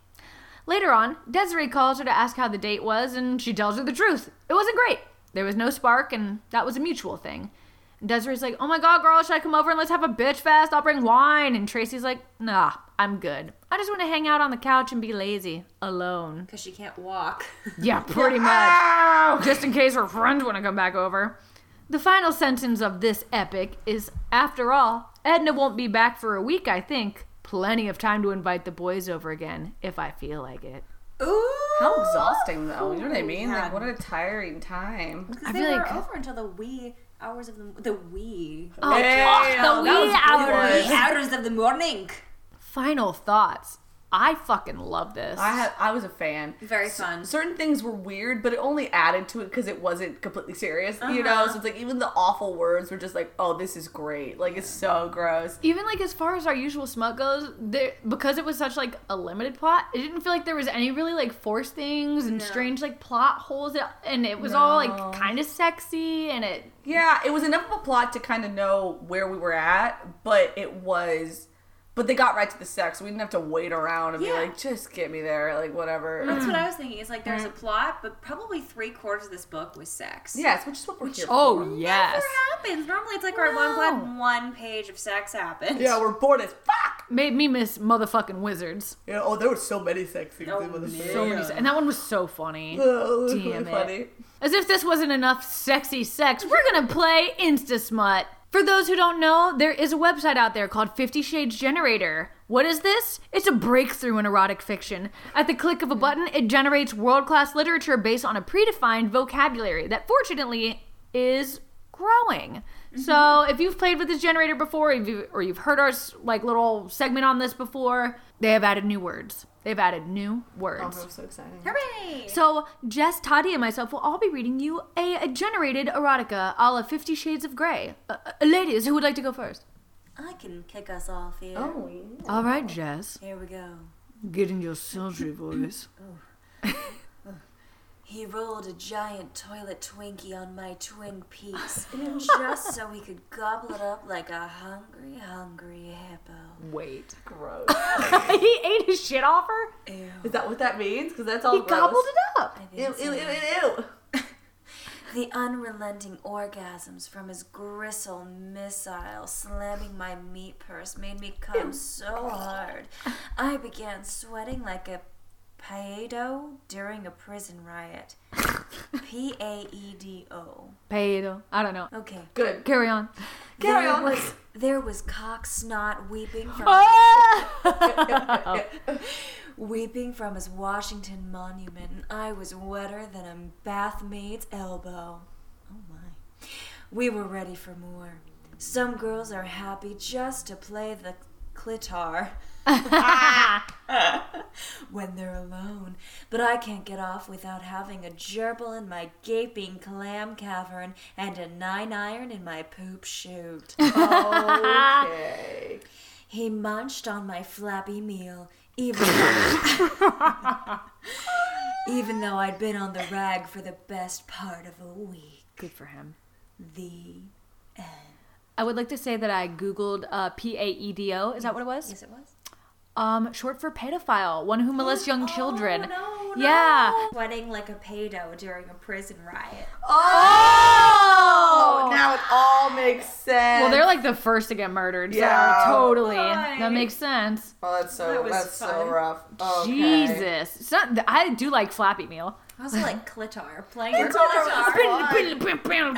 Speaker 1: Later on, Desiree calls her to ask how the date was, and she tells her the truth. It wasn't great. There was no spark, and that was a mutual thing. And Desiree's like, Oh my god, girl, should I come over and let's have a bitch fest? I'll bring wine. And Tracy's like, Nah, I'm good. I just want to hang out on the couch and be lazy, alone.
Speaker 5: Because she can't walk.
Speaker 1: (laughs) Yeah, pretty much. Just in case her friends want to come back over. The final sentence of this epic is After all, Edna won't be back for a week, I think. Plenty of time to invite the boys over again, if I feel like it.
Speaker 5: Ooh.
Speaker 3: How exhausting, though. You know what I mean?
Speaker 5: Yeah.
Speaker 3: Like, what a tiring time.
Speaker 5: Because
Speaker 1: I
Speaker 5: they
Speaker 1: feel
Speaker 5: were
Speaker 1: like-
Speaker 5: over until the wee hours of the the wee
Speaker 1: Oh,
Speaker 3: Yeah,
Speaker 1: fuck the
Speaker 3: that
Speaker 1: wee
Speaker 3: was
Speaker 1: hours.
Speaker 3: good.
Speaker 5: hours of the morning.
Speaker 1: Final thoughts. I fucking love this.
Speaker 3: I had, I was a fan.
Speaker 5: Very fun.
Speaker 3: Certain things were weird, but it only added to it because it wasn't completely serious, you
Speaker 5: Uh-huh.
Speaker 3: know. So it's like even the awful words were just like, "Oh, this is great!" Like it's so gross.
Speaker 1: even like as far as our usual smut goes, there because it was such like a limited plot, it didn't feel like there was any really like forced things and strange like plot holes, that- and it was all like kind of sexy and it
Speaker 3: Yeah, it was enough of a plot to kind of know where we were at, but it was, but they got right to the sex. We didn't have to wait around and
Speaker 5: Yeah.
Speaker 3: be like, "Just get me there," like whatever.
Speaker 5: That's what I was thinking. It's like there's a plot, but probably three quarters of this book was sex.
Speaker 3: Yes, which is what we're here for.
Speaker 1: oh yes,
Speaker 5: Never happens. Normally, it's like, all right, well, I'm glad one page of sex happened.
Speaker 3: Oh, Yeah, we're bored as fuck.
Speaker 1: made me miss motherfucking wizards
Speaker 3: Yeah, oh, there were so many sex scenes
Speaker 5: Oh,
Speaker 3: in with the
Speaker 1: so many, and that one was so funny.
Speaker 3: (laughs) Oh, it was
Speaker 1: Damn
Speaker 3: really
Speaker 1: it.
Speaker 3: funny.
Speaker 1: As if this wasn't enough sexy sex, we're gonna play Insta Smut. For those who don't know, there is a website out there called Fifty Shades Generator. What is this? It's a breakthrough in erotic fiction. At the click of a button, it generates world class literature based on a predefined vocabulary that fortunately is growing. So if you've played with this generator before, if you, or you've heard our s- like little segment on this before, they have added new words. They've added new
Speaker 3: Oh,
Speaker 1: words.
Speaker 3: I'm so excited.
Speaker 5: Hooray!
Speaker 1: So Jess, Toddy, and myself will all be reading you a, a generated erotica a la Fifty Shades of Grey. Uh, uh, ladies, who would like to go first?
Speaker 5: I can kick us off here.
Speaker 3: Oh, yeah.
Speaker 1: All right, Jess.
Speaker 5: Here we go.
Speaker 1: Get in your sultry voice.
Speaker 5: He rolled a giant toilet Twinkie on my Twin
Speaker 3: (laughs)
Speaker 5: Peaks just so he could gobble it up like a hungry, hungry hippo.
Speaker 1: Wait.
Speaker 3: Gross.
Speaker 1: (laughs) he ate his shit off her?
Speaker 5: Ew.
Speaker 3: Is that what that means? Because that's all
Speaker 1: He
Speaker 3: gross.
Speaker 1: gobbled it up.
Speaker 5: I think
Speaker 3: Ew,
Speaker 5: it's
Speaker 3: ew, ew,
Speaker 5: in there.
Speaker 3: ew, ew.
Speaker 5: The unrelenting orgasms from his gristle missile slamming my meat purse made me come so hard. I began sweating like a paedo during a prison riot. P A E D O.
Speaker 1: Pedo. I don't know.
Speaker 5: Okay.
Speaker 3: Good.
Speaker 1: Carry (laughs) on.
Speaker 3: Carry
Speaker 5: there
Speaker 3: on.
Speaker 5: Was, there was cock snot weeping from
Speaker 1: Ah!
Speaker 5: weeping from his Washington monument, and I was wetter than a bathmaid's elbow. Oh my. We were ready for more. Some girls are happy just to play the clitar when they're alone, but I can't get off without having a gerbil in my gaping clam cavern and a nine iron in my poop chute.
Speaker 3: Okay.
Speaker 5: He munched on my flabby meal, even though, even though I'd been on the rag for the best part of a week.
Speaker 1: (laughs) Good for him.
Speaker 5: The
Speaker 1: I would like to say that I Googled uh, P A E D O. Is that what it was?
Speaker 5: it was
Speaker 1: Um, short for pedophile, one who molests (gasps) young children.
Speaker 4: Oh, No, no.
Speaker 1: Yeah.
Speaker 4: Sweating like a pedo during a prison riot.
Speaker 3: Oh! Now it all makes sense.
Speaker 1: Well, they're like the first to get murdered.
Speaker 3: Yeah.
Speaker 1: So totally.
Speaker 4: Right.
Speaker 1: That makes sense.
Speaker 3: Oh, that's so
Speaker 4: That was
Speaker 3: that's so
Speaker 4: fun.
Speaker 3: rough. Okay.
Speaker 1: Jesus. It's not, I do like Flappy Meal.
Speaker 4: I also like clitar, playing the
Speaker 3: Clitar was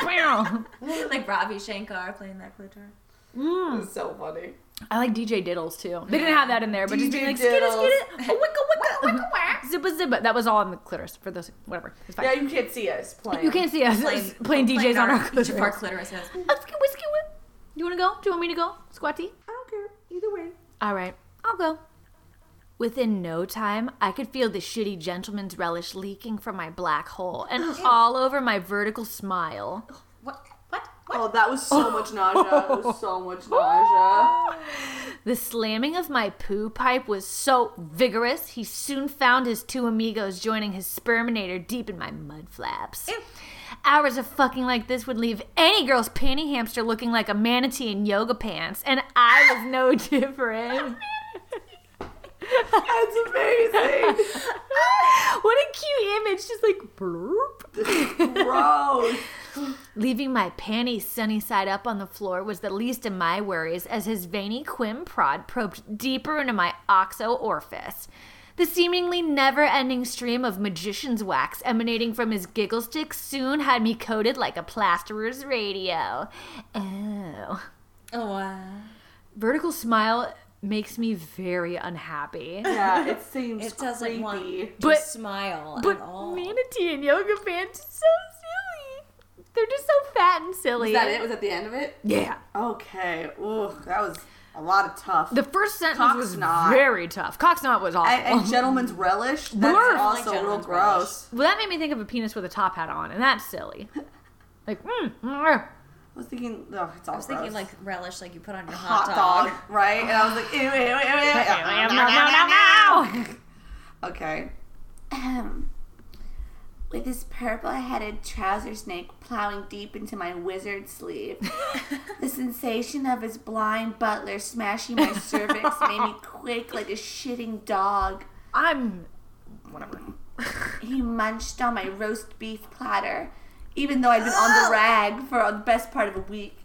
Speaker 4: clitar.
Speaker 1: I
Speaker 4: like Ravi Shankar playing that clitar.
Speaker 3: That's so funny.
Speaker 1: like DJ Diddles too. They didn't have that in there, but just
Speaker 3: DJ
Speaker 1: being like, skitty,
Speaker 3: Diddles.
Speaker 1: skitty, a wicka, wicka, wicka, whack, zippa, zippa. That was all in the clitoris for those, whatever. It's fine.
Speaker 3: Yeah, you can't see us playing.
Speaker 1: you can't see us (laughs) playing, DJs on our
Speaker 4: clitoris.
Speaker 1: clitoris.
Speaker 4: Each of our clitorises.
Speaker 1: Let's get whiskey whip. You want to go? Do you want me to go? Squatty?
Speaker 3: I don't care. Either way.
Speaker 1: All right, I'll go. Within no time, I could feel the shitty gentleman's relish leaking from my black hole
Speaker 3: (gasps)
Speaker 1: and all over my vertical smile.
Speaker 4: What? What? What?
Speaker 3: Oh, that was so much nausea. It was so much nausea.
Speaker 1: The slamming of my poo pipe was so vigorous, he soon found his two amigos joining his sperminator deep in my mud flaps.
Speaker 4: Oh.
Speaker 1: Hours of fucking like this would leave any girl's panty hamster looking like a manatee in yoga pants, and I was no (laughs) different.
Speaker 3: That's amazing.
Speaker 1: (laughs) what a cute image, just like bloop.
Speaker 3: Gross.
Speaker 1: Leaving my panties sunny side up on the floor was the least of my worries as his veiny quim prod probed deeper into my oxo orifice. The seemingly never ending stream of magician's wax emanating from his giggle stick soon had me coated like a plasterer's radio. Oh.
Speaker 4: Oh, wow.
Speaker 1: Vertical smile makes me very unhappy.
Speaker 3: Yeah, it seems
Speaker 4: It doesn't want
Speaker 3: creepy.
Speaker 4: to
Speaker 1: But-
Speaker 4: smile
Speaker 1: But
Speaker 4: at all.
Speaker 1: manatee and yoga pants is so silly. They're just so fat and silly.
Speaker 3: Was that it? Was that the end of it?
Speaker 1: Yeah.
Speaker 3: Okay. Ooh, that was a lot of tough.
Speaker 1: The first sentence
Speaker 3: Cock's
Speaker 1: was
Speaker 3: knot.
Speaker 1: very tough. Cocksnot was awful.
Speaker 3: and, and gentleman's relish. That's
Speaker 1: Blurf.
Speaker 3: also a little
Speaker 4: Gentleman's
Speaker 3: gross.
Speaker 1: well, that made me think of a penis with a top hat on, and that's
Speaker 3: (laughs)
Speaker 1: silly. Like, mm, mm,
Speaker 3: I was thinking, oh, it's all
Speaker 4: I was thinking
Speaker 3: gross.
Speaker 4: like relish, like you put on your
Speaker 3: hot dog, right? And I was like, ew, ew, ew, ew,
Speaker 1: no, no, no, no.
Speaker 3: ew. Okay.
Speaker 6: Ahem. um, With his purple headed trouser snake plowing deep into my wizard sleeve, the sensation of his blind butler smashing my cervix made me quake like a shitting dog.
Speaker 1: I'm
Speaker 6: He munched on my roast beef platter, even though I'd been on the rag for the best part of a week.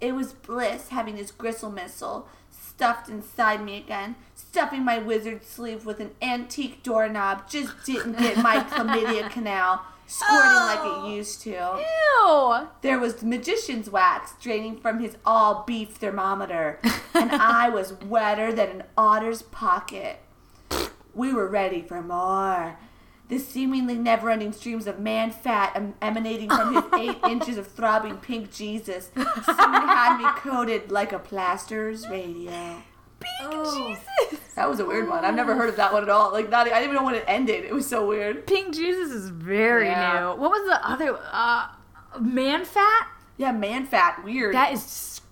Speaker 6: It was bliss having his gristle missile stuffed inside me again. Stuffing my wizard sleeve with an antique doorknob just didn't get my chlamydia canal squirting like it used to.
Speaker 1: ew.
Speaker 6: There was magician's wax draining from his all beef thermometer,
Speaker 3: (laughs)
Speaker 6: and I was wetter than an otter's pocket. We were ready for more. The seemingly never ending streams of man fat em- emanating
Speaker 3: (laughs)
Speaker 6: from his eight inches of throbbing pink Jesus soon had me coated like a plaster's radio.
Speaker 3: That was a weird one. I've never heard of that one at all. Like, not, e, I didn't even know when it ended. It was so weird.
Speaker 1: Pink Jesus is very
Speaker 3: Yeah.
Speaker 1: new. What was the other? Uh, man fat.
Speaker 3: Yeah, man fat. Weird.
Speaker 1: That is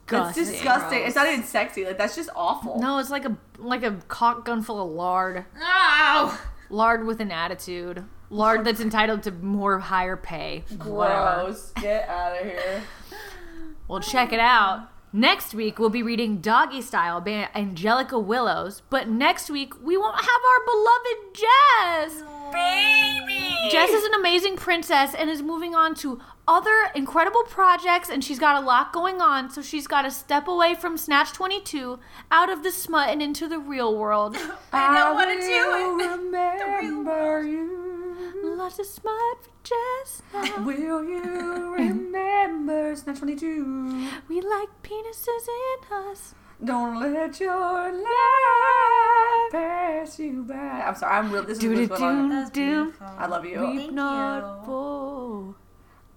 Speaker 3: that's
Speaker 1: disgusting.
Speaker 3: disgusting. It's not even sexy. Like, that's just awful.
Speaker 1: No, it's like a like a cock gun full of lard.
Speaker 4: Ow!
Speaker 1: lard with an attitude, lard that's entitled to more higher pay. Whatever.
Speaker 3: Gross. Get out of here.
Speaker 1: Well, check it out. Next week, we'll be reading Doggy Style by Angelica Willows, but next week, we won't have our beloved Jess. Baby! Jess is an amazing princess and is moving on to other incredible projects, and she's got a lot going on, so she's got to step away from Snatch 22, out of the smut, and into the real world.
Speaker 4: I don't want to do it.
Speaker 3: Remember you.
Speaker 1: Lots of smut for Jess. now.
Speaker 3: Will you remember Snatch 22?
Speaker 1: We like penises in us.
Speaker 3: Don't let your life pass you by. I'm sorry, I'm real. This is
Speaker 1: Do
Speaker 3: what's going on.
Speaker 1: do do.
Speaker 3: I love you.
Speaker 1: Weep not for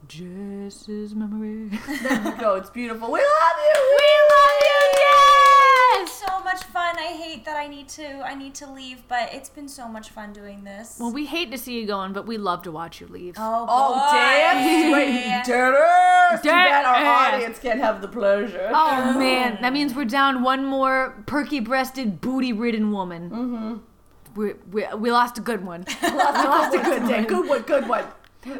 Speaker 1: Jess's memory.
Speaker 3: There you go. It's beautiful. We love you.
Speaker 1: yes!
Speaker 4: So much fun. I hate that I need to. I need to leave, but it's been so much fun doing this.
Speaker 1: Well, we hate to see you going, but we love to watch you leave.
Speaker 4: oh,
Speaker 3: Oh,
Speaker 4: boy.
Speaker 1: (laughs)
Speaker 3: damn. Wait, dinner. Too bad
Speaker 1: Dinner.
Speaker 3: our audience can't have the pleasure.
Speaker 1: Oh, man, that means we're down one more perky-breasted, booty-ridden woman. Mm-hmm. We, we, we lost a good (laughs) one.
Speaker 3: Lots of good day. Good one, good one.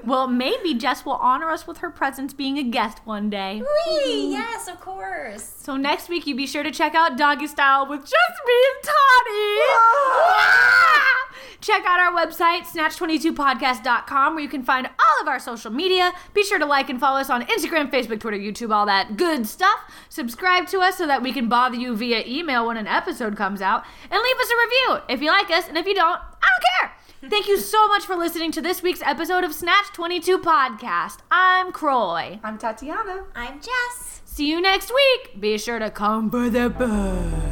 Speaker 1: well, maybe Jess will honor us with her presence being a guest one day.
Speaker 4: Whee! Yes, of course.
Speaker 1: So next week, you be sure to check out Doggy Style with just me and Toddy. Ah! Check out our website, snatch22podcast.com, where you can find all of our social media. Be sure to like and follow us on Instagram, Facebook, Twitter, YouTube, all that good stuff. Subscribe to us so that we can bother you via email when an episode comes out. And leave us a review if you like us, and if you don't, I don't care. Thank you so much for listening to this week's episode of Snatch 22 Podcast. I'm Croy.
Speaker 3: I'm Tatiana.
Speaker 4: I'm Jess.
Speaker 1: See you next week. Be sure to come for the bus.